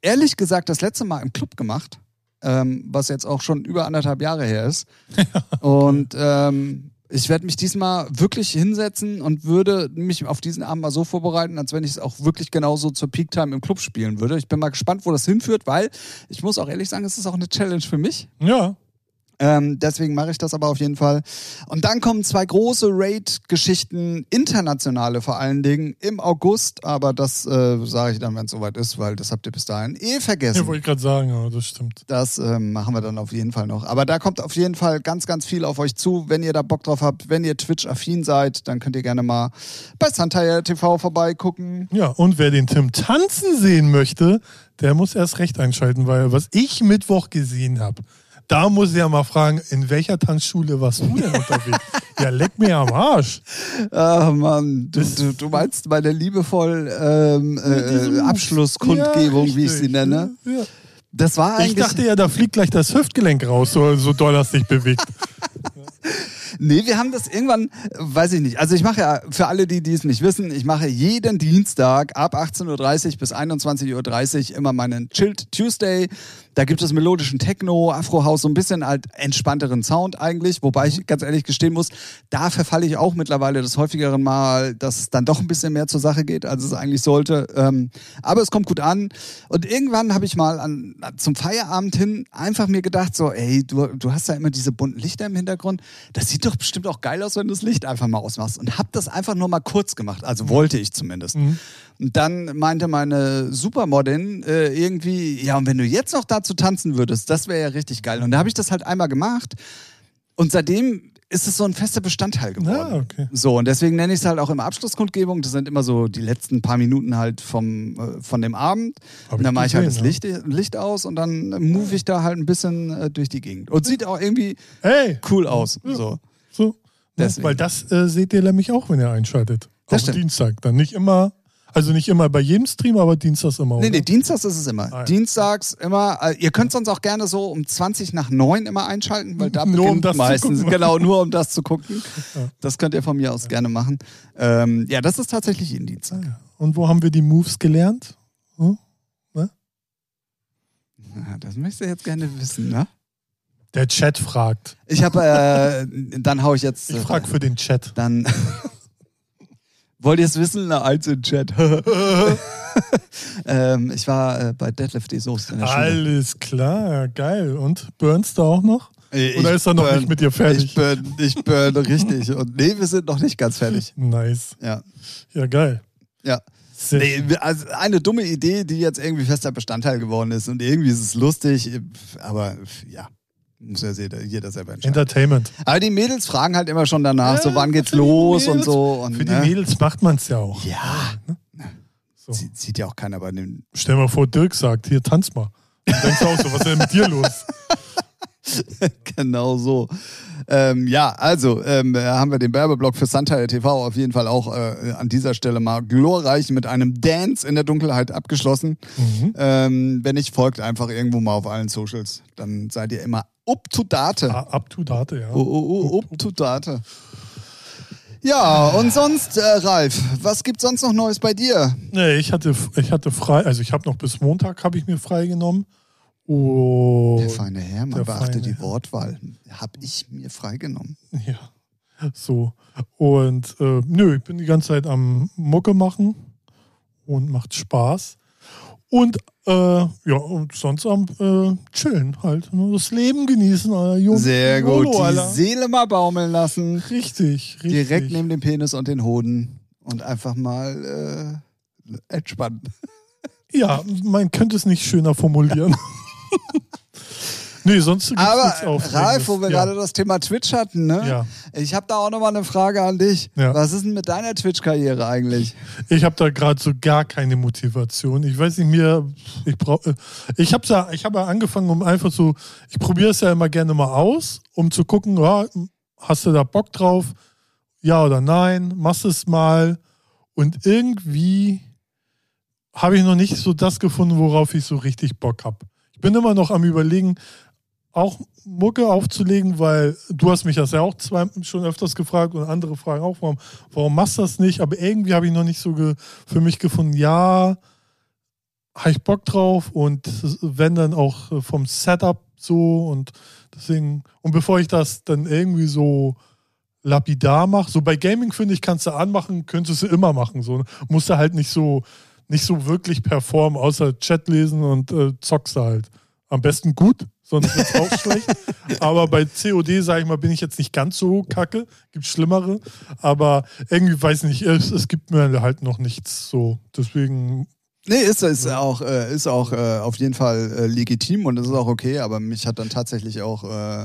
S2: ehrlich gesagt das letzte Mal im Club gemacht ähm, was jetzt auch schon über anderthalb Jahre her ist. und ähm, ich werde mich diesmal wirklich hinsetzen und würde mich auf diesen Abend mal so vorbereiten, als wenn ich es auch wirklich genauso zur Peak-Time im Club spielen würde. Ich bin mal gespannt, wo das hinführt, weil ich muss auch ehrlich sagen, es ist auch eine Challenge für mich.
S1: Ja,
S2: Ähm, deswegen mache ich das aber auf jeden Fall. Und dann kommen zwei große Raid-Geschichten, internationale vor allen Dingen, im August. Aber das äh, sage ich dann, wenn es soweit ist, weil das habt ihr bis dahin eh vergessen.
S1: ja wollte ich gerade sagen, ja, das stimmt.
S2: Das ähm, machen wir dann auf jeden Fall noch. Aber da kommt auf jeden Fall ganz, ganz viel auf euch zu. Wenn ihr da Bock drauf habt, wenn ihr Twitch-affin seid, dann könnt ihr gerne mal bei Santaya TV vorbeigucken.
S1: Ja, und wer den Tim tanzen sehen möchte, der muss erst recht einschalten, weil was ich Mittwoch gesehen habe, da muss ich ja mal fragen, in welcher Tanzschule warst du denn unterwegs? ja, leck mir am Arsch.
S2: Ah, Mann, du, du, du meinst meine liebevoll ähm, äh,
S1: Diese-
S2: Abschlusskundgebung,
S1: Ja,
S2: wie ne? ich sie
S1: richtig,
S2: nenne.
S1: Ja.
S2: Das war
S1: Ich
S2: eigentlich.
S1: dachte ja, da fliegt gleich das Hüftgelenk raus, so, so doll das sich bewegt.
S2: Nee, wir haben das irgendwann, äh, weiß ich nicht. Also ich mache ja, für alle, die die es nicht wissen, ich mache jeden Dienstag ab 18.30 Uhr bis 21.30 Uhr immer meinen Chilled Tuesday. Da gibt es melodischen Techno, Afro-House, so ein bisschen halt entspannteren Sound eigentlich. Wobei ich ganz ehrlich gestehen muss, da verfalle ich auch mittlerweile des häufigeren Mal, dass es dann doch ein bisschen mehr zur Sache geht, als es eigentlich sollte. Ähm, aber es kommt gut an. Und irgendwann habe ich mal an, zum Feierabend hin einfach mir gedacht, so, ey, du, du hast ja immer diese bunten Lichter im Hintergrund. Das sieht doch bestimmt auch geil aus, wenn du das Licht einfach mal ausmachst. Und habe das einfach nur mal kurz gemacht. Also wollte ich zumindest. Und dann meinte meine Supermodin äh, irgendwie, ja, und wenn du jetzt noch dazu tanzen würdest, das wäre ja richtig geil. Und da habe ich das halt einmal gemacht. Und seitdem ist es so ein fester Bestandteil geworden.
S1: Ah, okay.
S2: So, und deswegen nenne ich es halt auch immer Abschlusskundgebung. Das sind immer so die letzten paar Minuten halt vom, äh, von dem Abend.
S1: Hab
S2: und dann
S1: ich
S2: mache ich halt das
S1: gesehen,
S2: Licht, Licht aus und dann move ich da halt ein bisschen äh, durch die Gegend. Und sieht auch irgendwie
S1: Hey,
S2: cool aus. So.
S1: so. ne?
S2: Deswegen.
S1: Weil das äh, seht ihr nämlich auch, wenn ihr einschaltet.
S2: Das
S1: Auf
S2: stimmt.
S1: Dienstag. Dann nicht immer, also nicht immer bei jedem Stream, aber Dienstags immer.
S2: Nee,
S1: oder?
S2: nee, dienstags ist es immer.
S1: Ah, ja.
S2: Dienstags immer. Äh, ihr könnt sonst auch gerne so um 20 nach 9 immer einschalten, weil da
S1: Nur um
S2: beginnt
S1: das zu
S2: meistens.
S1: gucken.
S2: genau, nur um das zu gucken. Das könnt ihr von mir aus gerne machen. Ähm, ja, das ist tatsächlich jeden Dienstag.
S1: Und wo haben wir die Moves gelernt? Hm?
S2: Ja, das möchtest du jetzt gerne wissen, ne?
S1: Der Chat fragt.
S2: Ich habe, äh, dann hau ich jetzt. äh,
S1: Ich frage für den Chat.
S2: Dann. Wollt ihr es wissen? Na, eins im Chat. ähm, ich war äh, bei Deadlift die Soße in der Schule.
S1: Alles klar, geil. Und Burns da auch noch?
S2: Äh,
S1: Oder
S2: ich
S1: ist er noch
S2: burn-
S1: nicht mit dir fertig?
S2: Ich burn, ich burn richtig. Und nee, wir sind noch nicht ganz fertig.
S1: Nice.
S2: Ja.
S1: Ja, geil.
S2: Ja.
S1: Sehr
S2: Nee, wir- also eine dumme Idee, die jetzt irgendwie fester Bestandteil geworden ist. Und irgendwie ist es lustig, aber ja. Muss ja jeder, jeder selber entscheiden.
S1: Entertainment.
S2: Aber die Mädels fragen halt immer schon danach, so
S1: Ja,
S2: wann geht's
S1: für die
S2: los und
S1: Mädels-
S2: so. Und,
S1: Für die
S2: ne?
S1: Mädels macht man es ja auch.
S2: Ja.
S1: So.
S2: Sie- Sieht ja auch keiner bei dem.
S1: Stell mal vor, Dirk sagt, hier, tanz mal. Dann denkst du auch so, was ist denn mit dir los?
S2: genau so. Ähm, ja, also ähm, äh, haben wir den Werbeblock für Sunteil TV auf jeden Fall auch äh, an dieser Stelle mal glorreich mit einem Dance in der Dunkelheit abgeschlossen.
S1: Mhm.
S2: Ähm, wenn nicht, folgt einfach irgendwo mal auf allen Socials. Dann seid ihr immer up to date.
S1: Ah, Up to date, ja.
S2: Oh, oh, oh, up to date. Ja, und sonst, äh, Ralf, was gibt sonst noch Neues bei dir?
S1: Nee, ich hatte, ich hatte frei, also ich habe noch bis Montag habe ich mir frei genommen. Oh,
S2: Der feine Herr, man
S1: der
S2: beachte
S1: feine
S2: die
S1: Herr.
S2: Wortwahl. Hab ich mir freigenommen.
S1: ja, so und äh, nö, ich bin die ganze Zeit am Mucke machen und macht Spaß und äh, ja und sonst am äh, chillen halt, ne? das Leben genießen, Alter. Jo-
S2: Sehr
S1: YOLO,
S2: gut. Die
S1: Alter.
S2: Seele mal baumeln lassen.
S1: richtig, richtig.
S2: Direkt neben dem Penis und den Hoden und einfach mal äh, entspannen.
S1: Ja, man könnte es nicht schöner formulieren. nee, sonst gibt's
S2: Aber
S1: nichts Aufregendes.
S2: Ralf, wo wir
S1: ja.
S2: gerade das Thema Twitch hatten, ne?
S1: Ja.
S2: ich habe da auch nochmal eine Frage an dich.
S1: Ja.
S2: Was ist denn mit deiner Twitch-Karriere eigentlich?
S1: Ich habe da gerade so gar keine Motivation. Ich weiß nicht mir, ich brauche, ich habe ja, ich habe ja angefangen, um einfach so, ich probiere es ja immer gerne mal aus, um zu gucken, ja, hast du da Bock drauf, ja oder nein, machst es mal. Und irgendwie habe ich noch nicht so das gefunden, worauf ich so richtig Bock habe. Ich bin immer noch am überlegen, auch Mucke aufzulegen, weil du hast mich das ja auch zwei, schon öfters gefragt und andere fragen auch, warum, warum machst du das nicht? Aber irgendwie habe ich noch nicht so ge, für mich gefunden, ja, habe ich Bock drauf und wenn dann auch äh, vom Setup so und deswegen, und bevor ich das dann irgendwie so lapidar mache, so bei Gaming finde ich, kannst du anmachen, könntest du immer machen, so musst du halt nicht so, nicht so wirklich performen, außer Chat lesen und äh, zockst du halt. Am besten gut, sonst wird auch schlecht. Aber bei COD, sage ich mal, bin ich jetzt nicht ganz so kacke. Gibt schlimmere. Aber irgendwie weiß nicht, es, es gibt mir halt noch nichts so. Deswegen,
S2: Nee, ist, ist auch, äh, ist auch äh, auf jeden Fall äh, legitim und es ist auch okay, aber mich hat dann tatsächlich auch äh,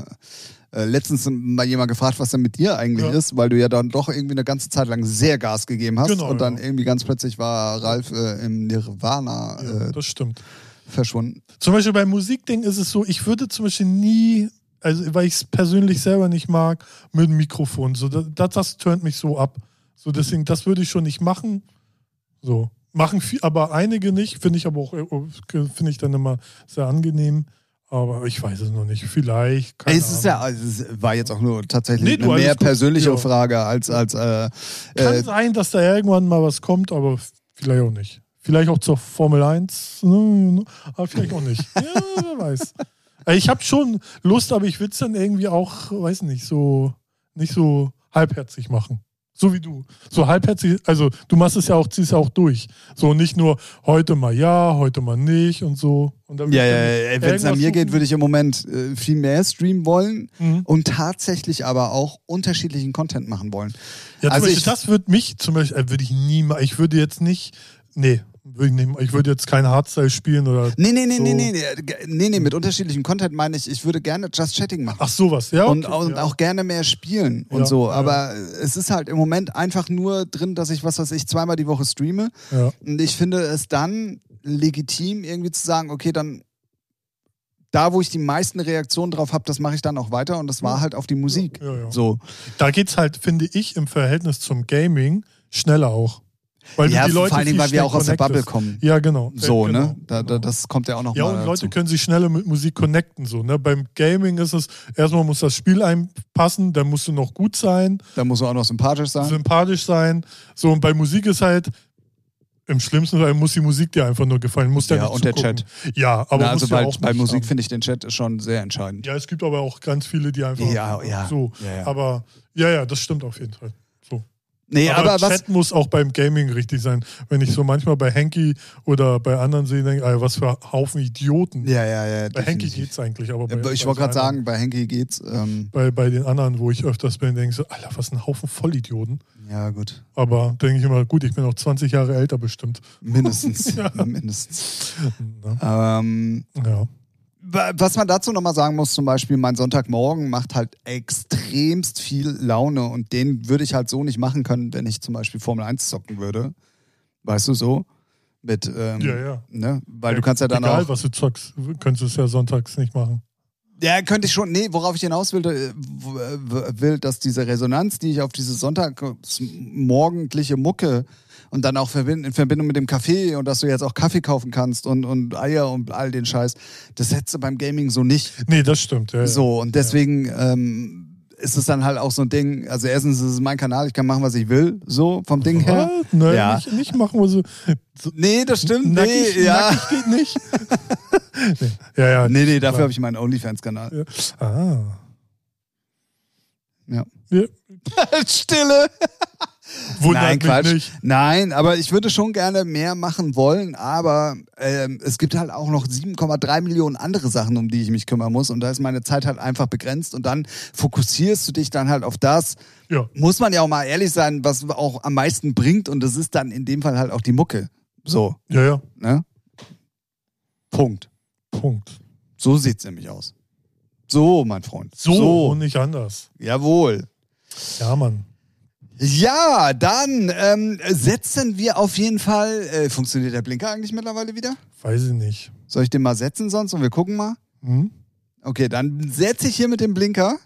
S2: äh, letztens mal jemand gefragt, was denn mit dir eigentlich
S1: Ja.
S2: ist, weil du ja dann doch irgendwie eine ganze Zeit lang sehr Gas gegeben hast
S1: Genau,
S2: und dann
S1: ja.
S2: irgendwie ganz plötzlich war Ralf äh, im Nirvana
S1: ja,
S2: äh,
S1: das stimmt.
S2: verschwunden.
S1: Zum Beispiel beim Musikding ist es so, ich würde zum Beispiel nie, also weil ich es persönlich selber nicht mag, mit dem Mikrofon. So, das, das, das turnt mich so ab. So, deswegen, das würde ich schon nicht machen. So. Machen viel, aber einige nicht, finde ich aber auch, äh, finde ich dann immer sehr angenehm. Aber ich weiß es noch nicht. Vielleicht. Keine
S2: Es ist ja, also es war jetzt auch nur tatsächlich
S1: Nee, du,
S2: eine
S1: alles
S2: mehr
S1: gut.
S2: persönliche
S1: Ja.
S2: Frage als als äh,
S1: Kann
S2: äh,
S1: sein, dass da irgendwann mal was kommt, aber vielleicht auch nicht. Vielleicht auch zur Formel 1, ne, aber vielleicht auch nicht. Ja, wer weiß. Äh, Ich habe schon Lust, aber ich will es dann irgendwie auch, weiß nicht, so nicht so halbherzig machen. So wie du. So halbherzig, also du machst es ja auch, ziehst ja auch durch. So nicht nur heute mal ja, heute mal nicht und so. Und dann
S2: ja,
S1: wird
S2: ja,
S1: dann
S2: ja, wenn es an
S1: irgendwas
S2: mir geht,
S1: suchen.
S2: würde ich im Moment äh, viel mehr streamen wollen
S1: Mhm.
S2: und tatsächlich aber auch unterschiedlichen Content machen wollen.
S1: Ja, zum
S2: Also
S1: Beispiel,
S2: ich-
S1: das würde mich, zum Beispiel, äh, würde ich nie, ma- ich würde jetzt nicht, nee, würde ich, nicht, ich würde jetzt kein Hardstyle spielen oder,
S2: Nee, nee, nee,
S1: So.
S2: nee, nee, nee, nee, nee, mit unterschiedlichem Content meine ich, ich würde gerne Just Chatting machen.
S1: ach sowas, ja.
S2: Und,
S1: okay,
S2: und
S1: ja.
S2: auch gerne mehr spielen und
S1: Ja,
S2: so.
S1: ja.
S2: Aber es ist halt im Moment einfach nur drin, dass ich, was weiß ich, zweimal die Woche streame.
S1: Ja.
S2: Und ich finde es dann legitim, irgendwie zu sagen, okay, dann da, wo ich die meisten Reaktionen drauf habe, das mache ich dann auch weiter. Und das war halt auf die Musik.
S1: Ja, ja.
S2: So.
S1: Da geht's halt, finde ich, im Verhältnis zum Gaming schneller auch. Weil du
S2: ja,
S1: die Leute
S2: vor allen Dingen,
S1: viel
S2: weil wir auch aus der
S1: schneller
S2: Bubble
S1: connectest.
S2: kommen.
S1: Ja, genau. Äh,
S2: So,
S1: genau,
S2: ne? Da, da,
S1: genau.
S2: das kommt ja auch noch
S1: Ja, und
S2: mal
S1: Leute
S2: dazu.
S1: können sich schneller mit Musik connecten. So, ne? Beim Gaming ist es, erstmal muss das Spiel einpassen, dann musst du noch gut sein,
S2: Da muss man auch noch sympathisch sein.
S1: sympathisch sein. So, und bei Musik ist halt, im schlimmsten Fall muss die Musik dir einfach nur gefallen. Muss
S2: Ja,
S1: nicht
S2: und der
S1: zugucken. Ja, aber musst
S2: Na, also
S1: du ja
S2: bei,
S1: auch
S2: bei
S1: nicht
S2: Musik
S1: haben.
S2: finde ich den Chat ist schon sehr entscheidend.
S1: Ja, es gibt aber auch ganz viele, die einfach.
S2: Ja, ja,
S1: So.
S2: ja, ja.
S1: Aber ja, ja, das stimmt auf jeden Fall. So.
S2: Nee,
S1: aber
S2: aber, was,
S1: Chat muss auch beim Gaming richtig sein. Wenn ich so manchmal bei Henki oder bei anderen sehe, denke ich, ey, was für Haufen Idioten.
S2: Ja, ja, ja.
S1: bei Henki
S2: definitiv.
S1: geht's eigentlich, aber bei,
S2: Ja, Ich
S1: bei
S2: wollte gerade
S1: so einer-
S2: sagen, bei Henki geht's. Ähm,
S1: Bei, bei den anderen, wo ich öfters bin, denke ich so, Alter, was ein Haufen Vollidioten.
S2: ja, gut.
S1: Aber denke ich immer, gut, ich bin auch 20 Jahre älter bestimmt.
S2: Mindestens. Mindestens.
S1: Ne?
S2: Ähm,
S1: Ja.
S2: wa- was man dazu nochmal sagen muss, zum Beispiel, mein Sonntagmorgen macht halt extremst viel Laune und den würde ich halt so nicht machen können, wenn ich zum Beispiel Formel 1 zocken würde. Weißt du so? Mit, ähm,
S1: ja, ja.
S2: Ne? Weil du kannst ja dann
S1: Egal,
S2: auch.
S1: was du zockst, könntest du es ja sonntags nicht machen.
S2: Ja, könnte ich schon. Nee, worauf ich hinaus will, äh, w- w- will, dass diese Resonanz, die ich auf diese sonntagsmorgendliche Mucke und dann auch verbind- in Verbindung mit dem Kaffee und dass du jetzt auch Kaffee kaufen kannst und, und Eier und all den Scheiß, das hättest du beim Gaming so nicht.
S1: Nee, das stimmt. Ja, ja.
S2: So, und deswegen ähm, ist es dann halt auch so ein Ding. Also, erstens ist es mein Kanal, ich kann machen, was ich will, so vom Ding her.
S1: Ah, nein,
S2: Ja.
S1: nicht, nicht machen wir so. so
S2: Nee, das stimmt.
S1: nackig,
S2: nee, ja.
S1: nackig geht nicht. nee. Ja, ja.
S2: Nee, nee, dafür habe ich meinen OnlyFans-Kanal.
S1: Ja. Ah.
S2: Ja.
S1: Ja.
S2: Stille.
S1: Wundert
S2: Nein,
S1: mich
S2: Quatsch.
S1: nicht.
S2: Nein, aber ich würde schon gerne mehr machen wollen, aber ähm, es gibt halt auch noch 7,3 Millionen andere Sachen, um die ich mich kümmern muss. Und da ist meine Zeit halt einfach begrenzt. Und dann fokussierst du dich dann halt auf das,
S1: Ja.
S2: muss man ja auch mal ehrlich sein, was auch am meisten bringt. Und das ist dann in dem Fall halt auch die Mucke. So,
S1: ja, ja.
S2: ne? Punkt.
S1: Punkt.
S2: So sieht's nämlich aus. So, mein Freund.
S1: So, und nicht anders.
S2: Jawohl.
S1: Ja, Mann.
S2: Ja, dann ähm, setzen wir auf jeden Fall. Äh, funktioniert der Blinker eigentlich mittlerweile wieder?
S1: Weiß ich nicht.
S2: Soll ich den mal setzen sonst und wir gucken mal?
S1: Hm?
S2: Okay, dann setze ich hier mit dem Blinker.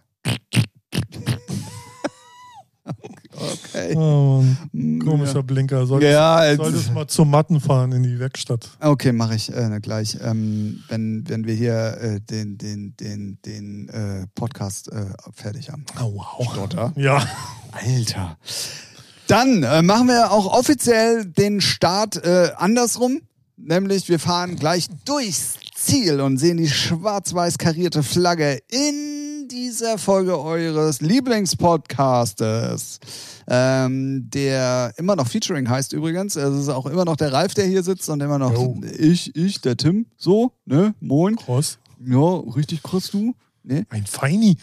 S2: Okay.
S1: Ah, Mann. Komischer Blinker. Solltest,
S2: Äh, Ja,
S1: solltest
S2: jetzt,
S1: mal zum Matten fahren in die Werkstatt.
S2: okay, mache ich äh, gleich. Ähm, wenn, wenn wir hier äh, den, den, den, den äh, Podcast äh, fertig haben.
S1: Oh, wow.
S2: Stotter.
S1: Ja.
S2: Alter. Dann äh, machen wir auch offiziell den Start äh, andersrum. Nämlich, wir fahren gleich durchs Ziel und sehen die schwarz-weiß karierte Flagge in dieser Folge eures Lieblingspodcastes. Ähm, der immer noch Featuring heißt übrigens. Es ist auch immer noch der Ralf, der hier sitzt und immer noch
S1: Jo.
S2: ich, ich, der Tim. So, ne? Moin.
S1: Kross.
S2: Ja, richtig krass, du. Ne?
S1: Ein Feini.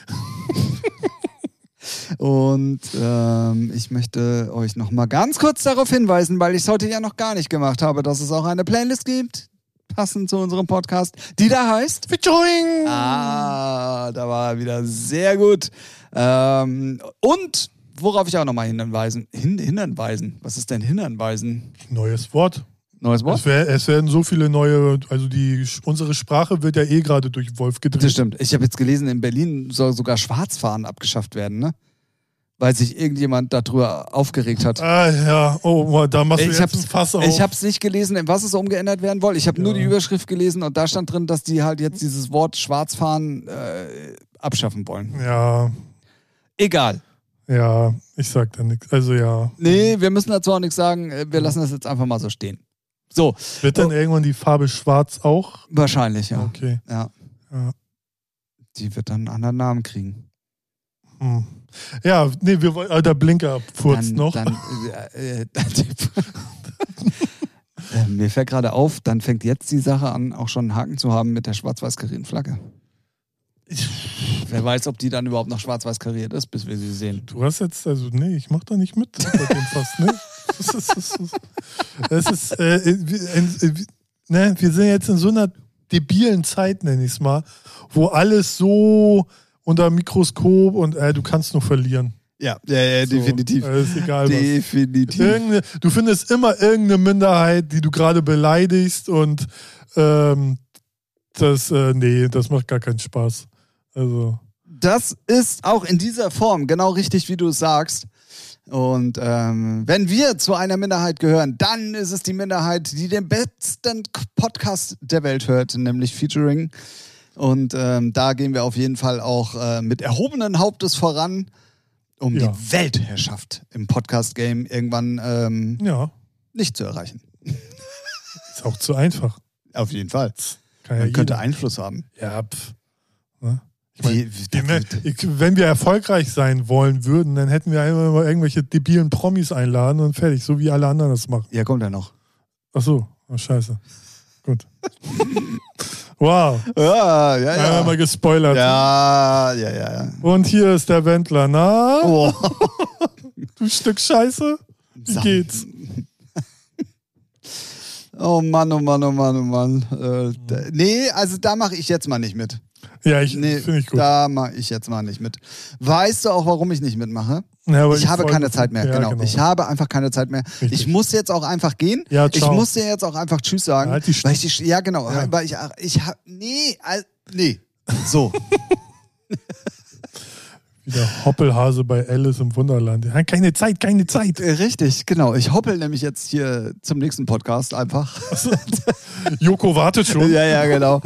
S2: Und ähm, ich möchte euch noch mal ganz kurz darauf hinweisen, weil ich es heute ja noch gar nicht gemacht habe, dass es auch eine Playlist gibt, passend zu unserem Podcast, die da heißt.
S1: Featuring.
S2: Ah, da war er wieder sehr gut. Ähm, und worauf ich auch noch mal hinweisen, hin, hinweisen. Was ist denn hinweisen?
S1: Neues Wort.
S2: Neues Wort?
S1: Es, wär, es werden so viele neue, also die unsere Sprache wird ja eh gerade durch Wolf
S2: Das
S1: gedreht.
S2: stimmt. Ich habe jetzt gelesen, in Berlin soll sogar Schwarzfahren abgeschafft werden, ne? weil sich irgendjemand darüber aufgeregt hat.
S1: Ah, ja. Oh, da machst du
S2: Ich
S1: jetzt
S2: hab's,
S1: ein Fass auf.
S2: ich hab's nicht gelesen, in was es umgeändert werden soll. Ich habe nur
S1: Ja.
S2: die Überschrift gelesen und da stand drin, dass die halt jetzt dieses Wort Schwarzfahren äh, abschaffen wollen.
S1: ja,
S2: Egal.
S1: ja. Ich sag da nichts. Also ja.
S2: Nee, wir müssen dazu auch nichts sagen. Äh, Wir lassen das jetzt einfach mal so stehen. So,
S1: Wird dann irgendwann die Farbe schwarz auch?
S2: wahrscheinlich, Oh. ja.
S1: Okay.
S2: Ja.
S1: Ja.
S2: Die wird dann einen anderen Namen kriegen.
S1: Hm. Ja, nee, wir ah, wollten. Alter, Blinker furzt
S2: dann,
S1: noch.
S2: Dann, äh, äh, äh, mir fällt gerade auf, dann fängt jetzt die Sache an, auch schon einen Haken zu haben mit der schwarz-weiß-karierten Flagge. Wer weiß, ob die dann überhaupt noch schwarz-weiß kariert ist, bis wir sie sehen.
S1: Du hast jetzt, also nee, ich mach da nicht mit bei dem Fass, ne? Das ist, das ist, das ist äh, wir- äh, wir- ne? wir sind jetzt in so einer debilen Zeit, nenn ich es mal, wo alles so unter dem Mikroskop und äh, du kannst nur verlieren.
S3: Ja, ja, ja
S1: So,
S3: definitiv.
S1: Äh, ist egal was.
S3: definitiv.
S1: Irgende, du findest immer irgendeine Minderheit, die du gerade beleidigst und ähm, das, äh, nee, das macht gar keinen Spaß. Also,
S2: Das ist auch in dieser Form genau richtig, wie du es sagst. Und ähm, wenn wir zu einer Minderheit gehören, dann ist es die Minderheit, die den besten K- Podcast der Welt hört, nämlich Featuring. Und ähm, da gehen wir auf jeden Fall auch äh, mit erhobenen Hauptes voran, um
S1: Ja.
S2: die Weltherrschaft im Podcast-Game irgendwann ähm,
S1: ja,
S2: nicht zu erreichen.
S1: ist auch zu einfach.
S2: Auf jeden Fall.
S1: Kann ja
S2: Man könnte
S1: jeder.
S2: Einfluss haben.
S1: Ja, pff. Ne? Ich mein,
S2: Die-
S1: die, Me- ich- wenn wir erfolgreich sein wollen würden, dann hätten wir einfach mal irgendwelche debilen Promis einladen und fertig, so wie alle anderen das machen.
S2: ja, kommt ja noch.
S1: Ach so, oh, scheiße. Gut. wow,
S2: Ja, ja,
S1: einmal mal gespoilert.
S2: Ja, ja, ja.
S1: Und hier ist der Wendler. Na,
S2: Oh.
S1: du Stück Scheiße. Wie
S2: Sam.
S1: geht's?
S2: Oh Mann, oh Mann, oh Mann, oh Mann. Äh, d- nee, also da mache ich jetzt mal nicht mit.
S1: Ja, ich
S2: Nee,
S1: finde ich gut.
S2: da mache ich jetzt mal nicht mit. Weißt du auch, warum ich nicht mitmache?
S1: Ja, aber
S2: ich habe
S1: folge-
S2: keine Zeit mehr,
S1: Ja,
S2: genau. Ich habe einfach keine Zeit mehr.
S1: Richtig.
S2: Ich muss jetzt auch einfach gehen.
S1: Ja,
S2: ich
S1: ciao.
S2: muss dir jetzt auch einfach Tschüss sagen.
S1: Ja, halt die
S2: weil ich, die- ja genau.
S1: Ja.
S2: Weil ich, ich hab, nee, al- nee. So.
S1: Wieder Hoppelhase bei Alice im Wunderland. Ja, Keine Zeit, keine Zeit.
S2: Richtig, genau. Ich hoppel nämlich jetzt hier zum nächsten Podcast einfach.
S1: Joko wartet schon.
S2: Ja, ja, genau.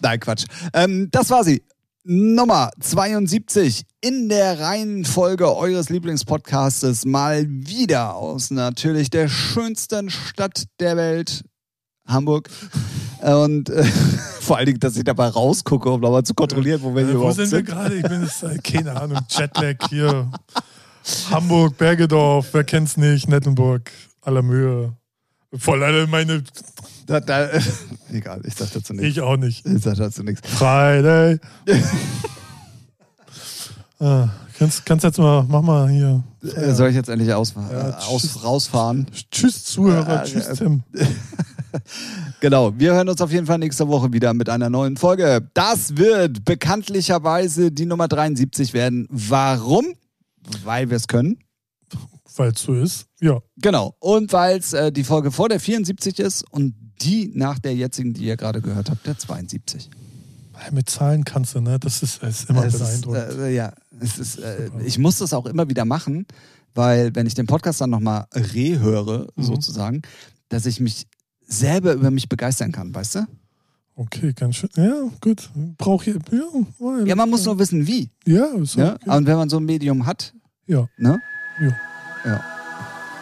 S2: Nein, Quatsch. Ähm, das war sie. Nummer 72 in der Reihenfolge eures Lieblingspodcastes mal wieder aus natürlich der schönsten Stadt der Welt, Hamburg. Und äh, vor allen Dingen, dass ich dabei rausgucke, um nochmal zu kontrollieren, wo wir hier
S1: Äh, Wo
S2: überhaupt
S1: sind
S2: sind.
S1: wir gerade? Ich bin jetzt, äh, keine Ahnung, Jetlag hier. Hamburg, Bergedorf, wer kennt's nicht? Nettenburg, Allermühe. Voll alle meine,
S2: Da, da, egal, ich sag dazu nichts.
S1: ich auch nicht.
S2: Ich sag dazu nichts.
S1: Friday. ah, kannst, kannst jetzt mal, mach mal hier.
S2: Äh, Soll ich jetzt endlich aus, äh,
S1: tschüss.
S2: aus, rausfahren?
S1: Tschüss, Zuhörer,
S2: Ah,
S1: tschüss,
S2: äh,
S1: Tim.
S2: Genau, wir hören uns auf jeden Fall nächste Woche wieder mit einer neuen Folge. Das wird bekanntlicherweise die Nummer 73 werden. Warum? Weil wir es können.
S1: Falls so ist. Ja,
S2: Genau. Und weil es äh, die Folge vor der 74 ist und die nach der jetzigen, die ihr gerade gehört habt, der 72.
S1: mit Zahlen kannst du, ne? Das ist, ist immer
S2: Es ist,
S1: beeindruckend.
S2: äh, ja, es ist, äh, ich muss das auch immer wieder machen, weil wenn ich den Podcast dann nochmal rehöre, sozusagen, dass ich mich selber über mich begeistern kann, weißt du?
S1: okay, ganz schön. Ja, gut. Brauch ich. Ja, weil-
S2: Ja, man muss nur wissen, wie.
S1: Ja, ist
S2: Ja?
S1: okay.
S2: Und wenn man so ein Medium hat,
S1: Ja,
S2: ne?
S1: ja.
S2: Ja,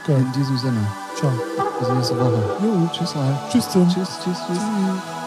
S1: Geil.
S2: in diesem Sinne.
S1: Ciao.
S2: Bis nächste Woche.
S1: Jo.
S2: Tschüss, Rahel.
S1: Tschüss, Tim.
S2: Tschüss, tschüss, tschüss.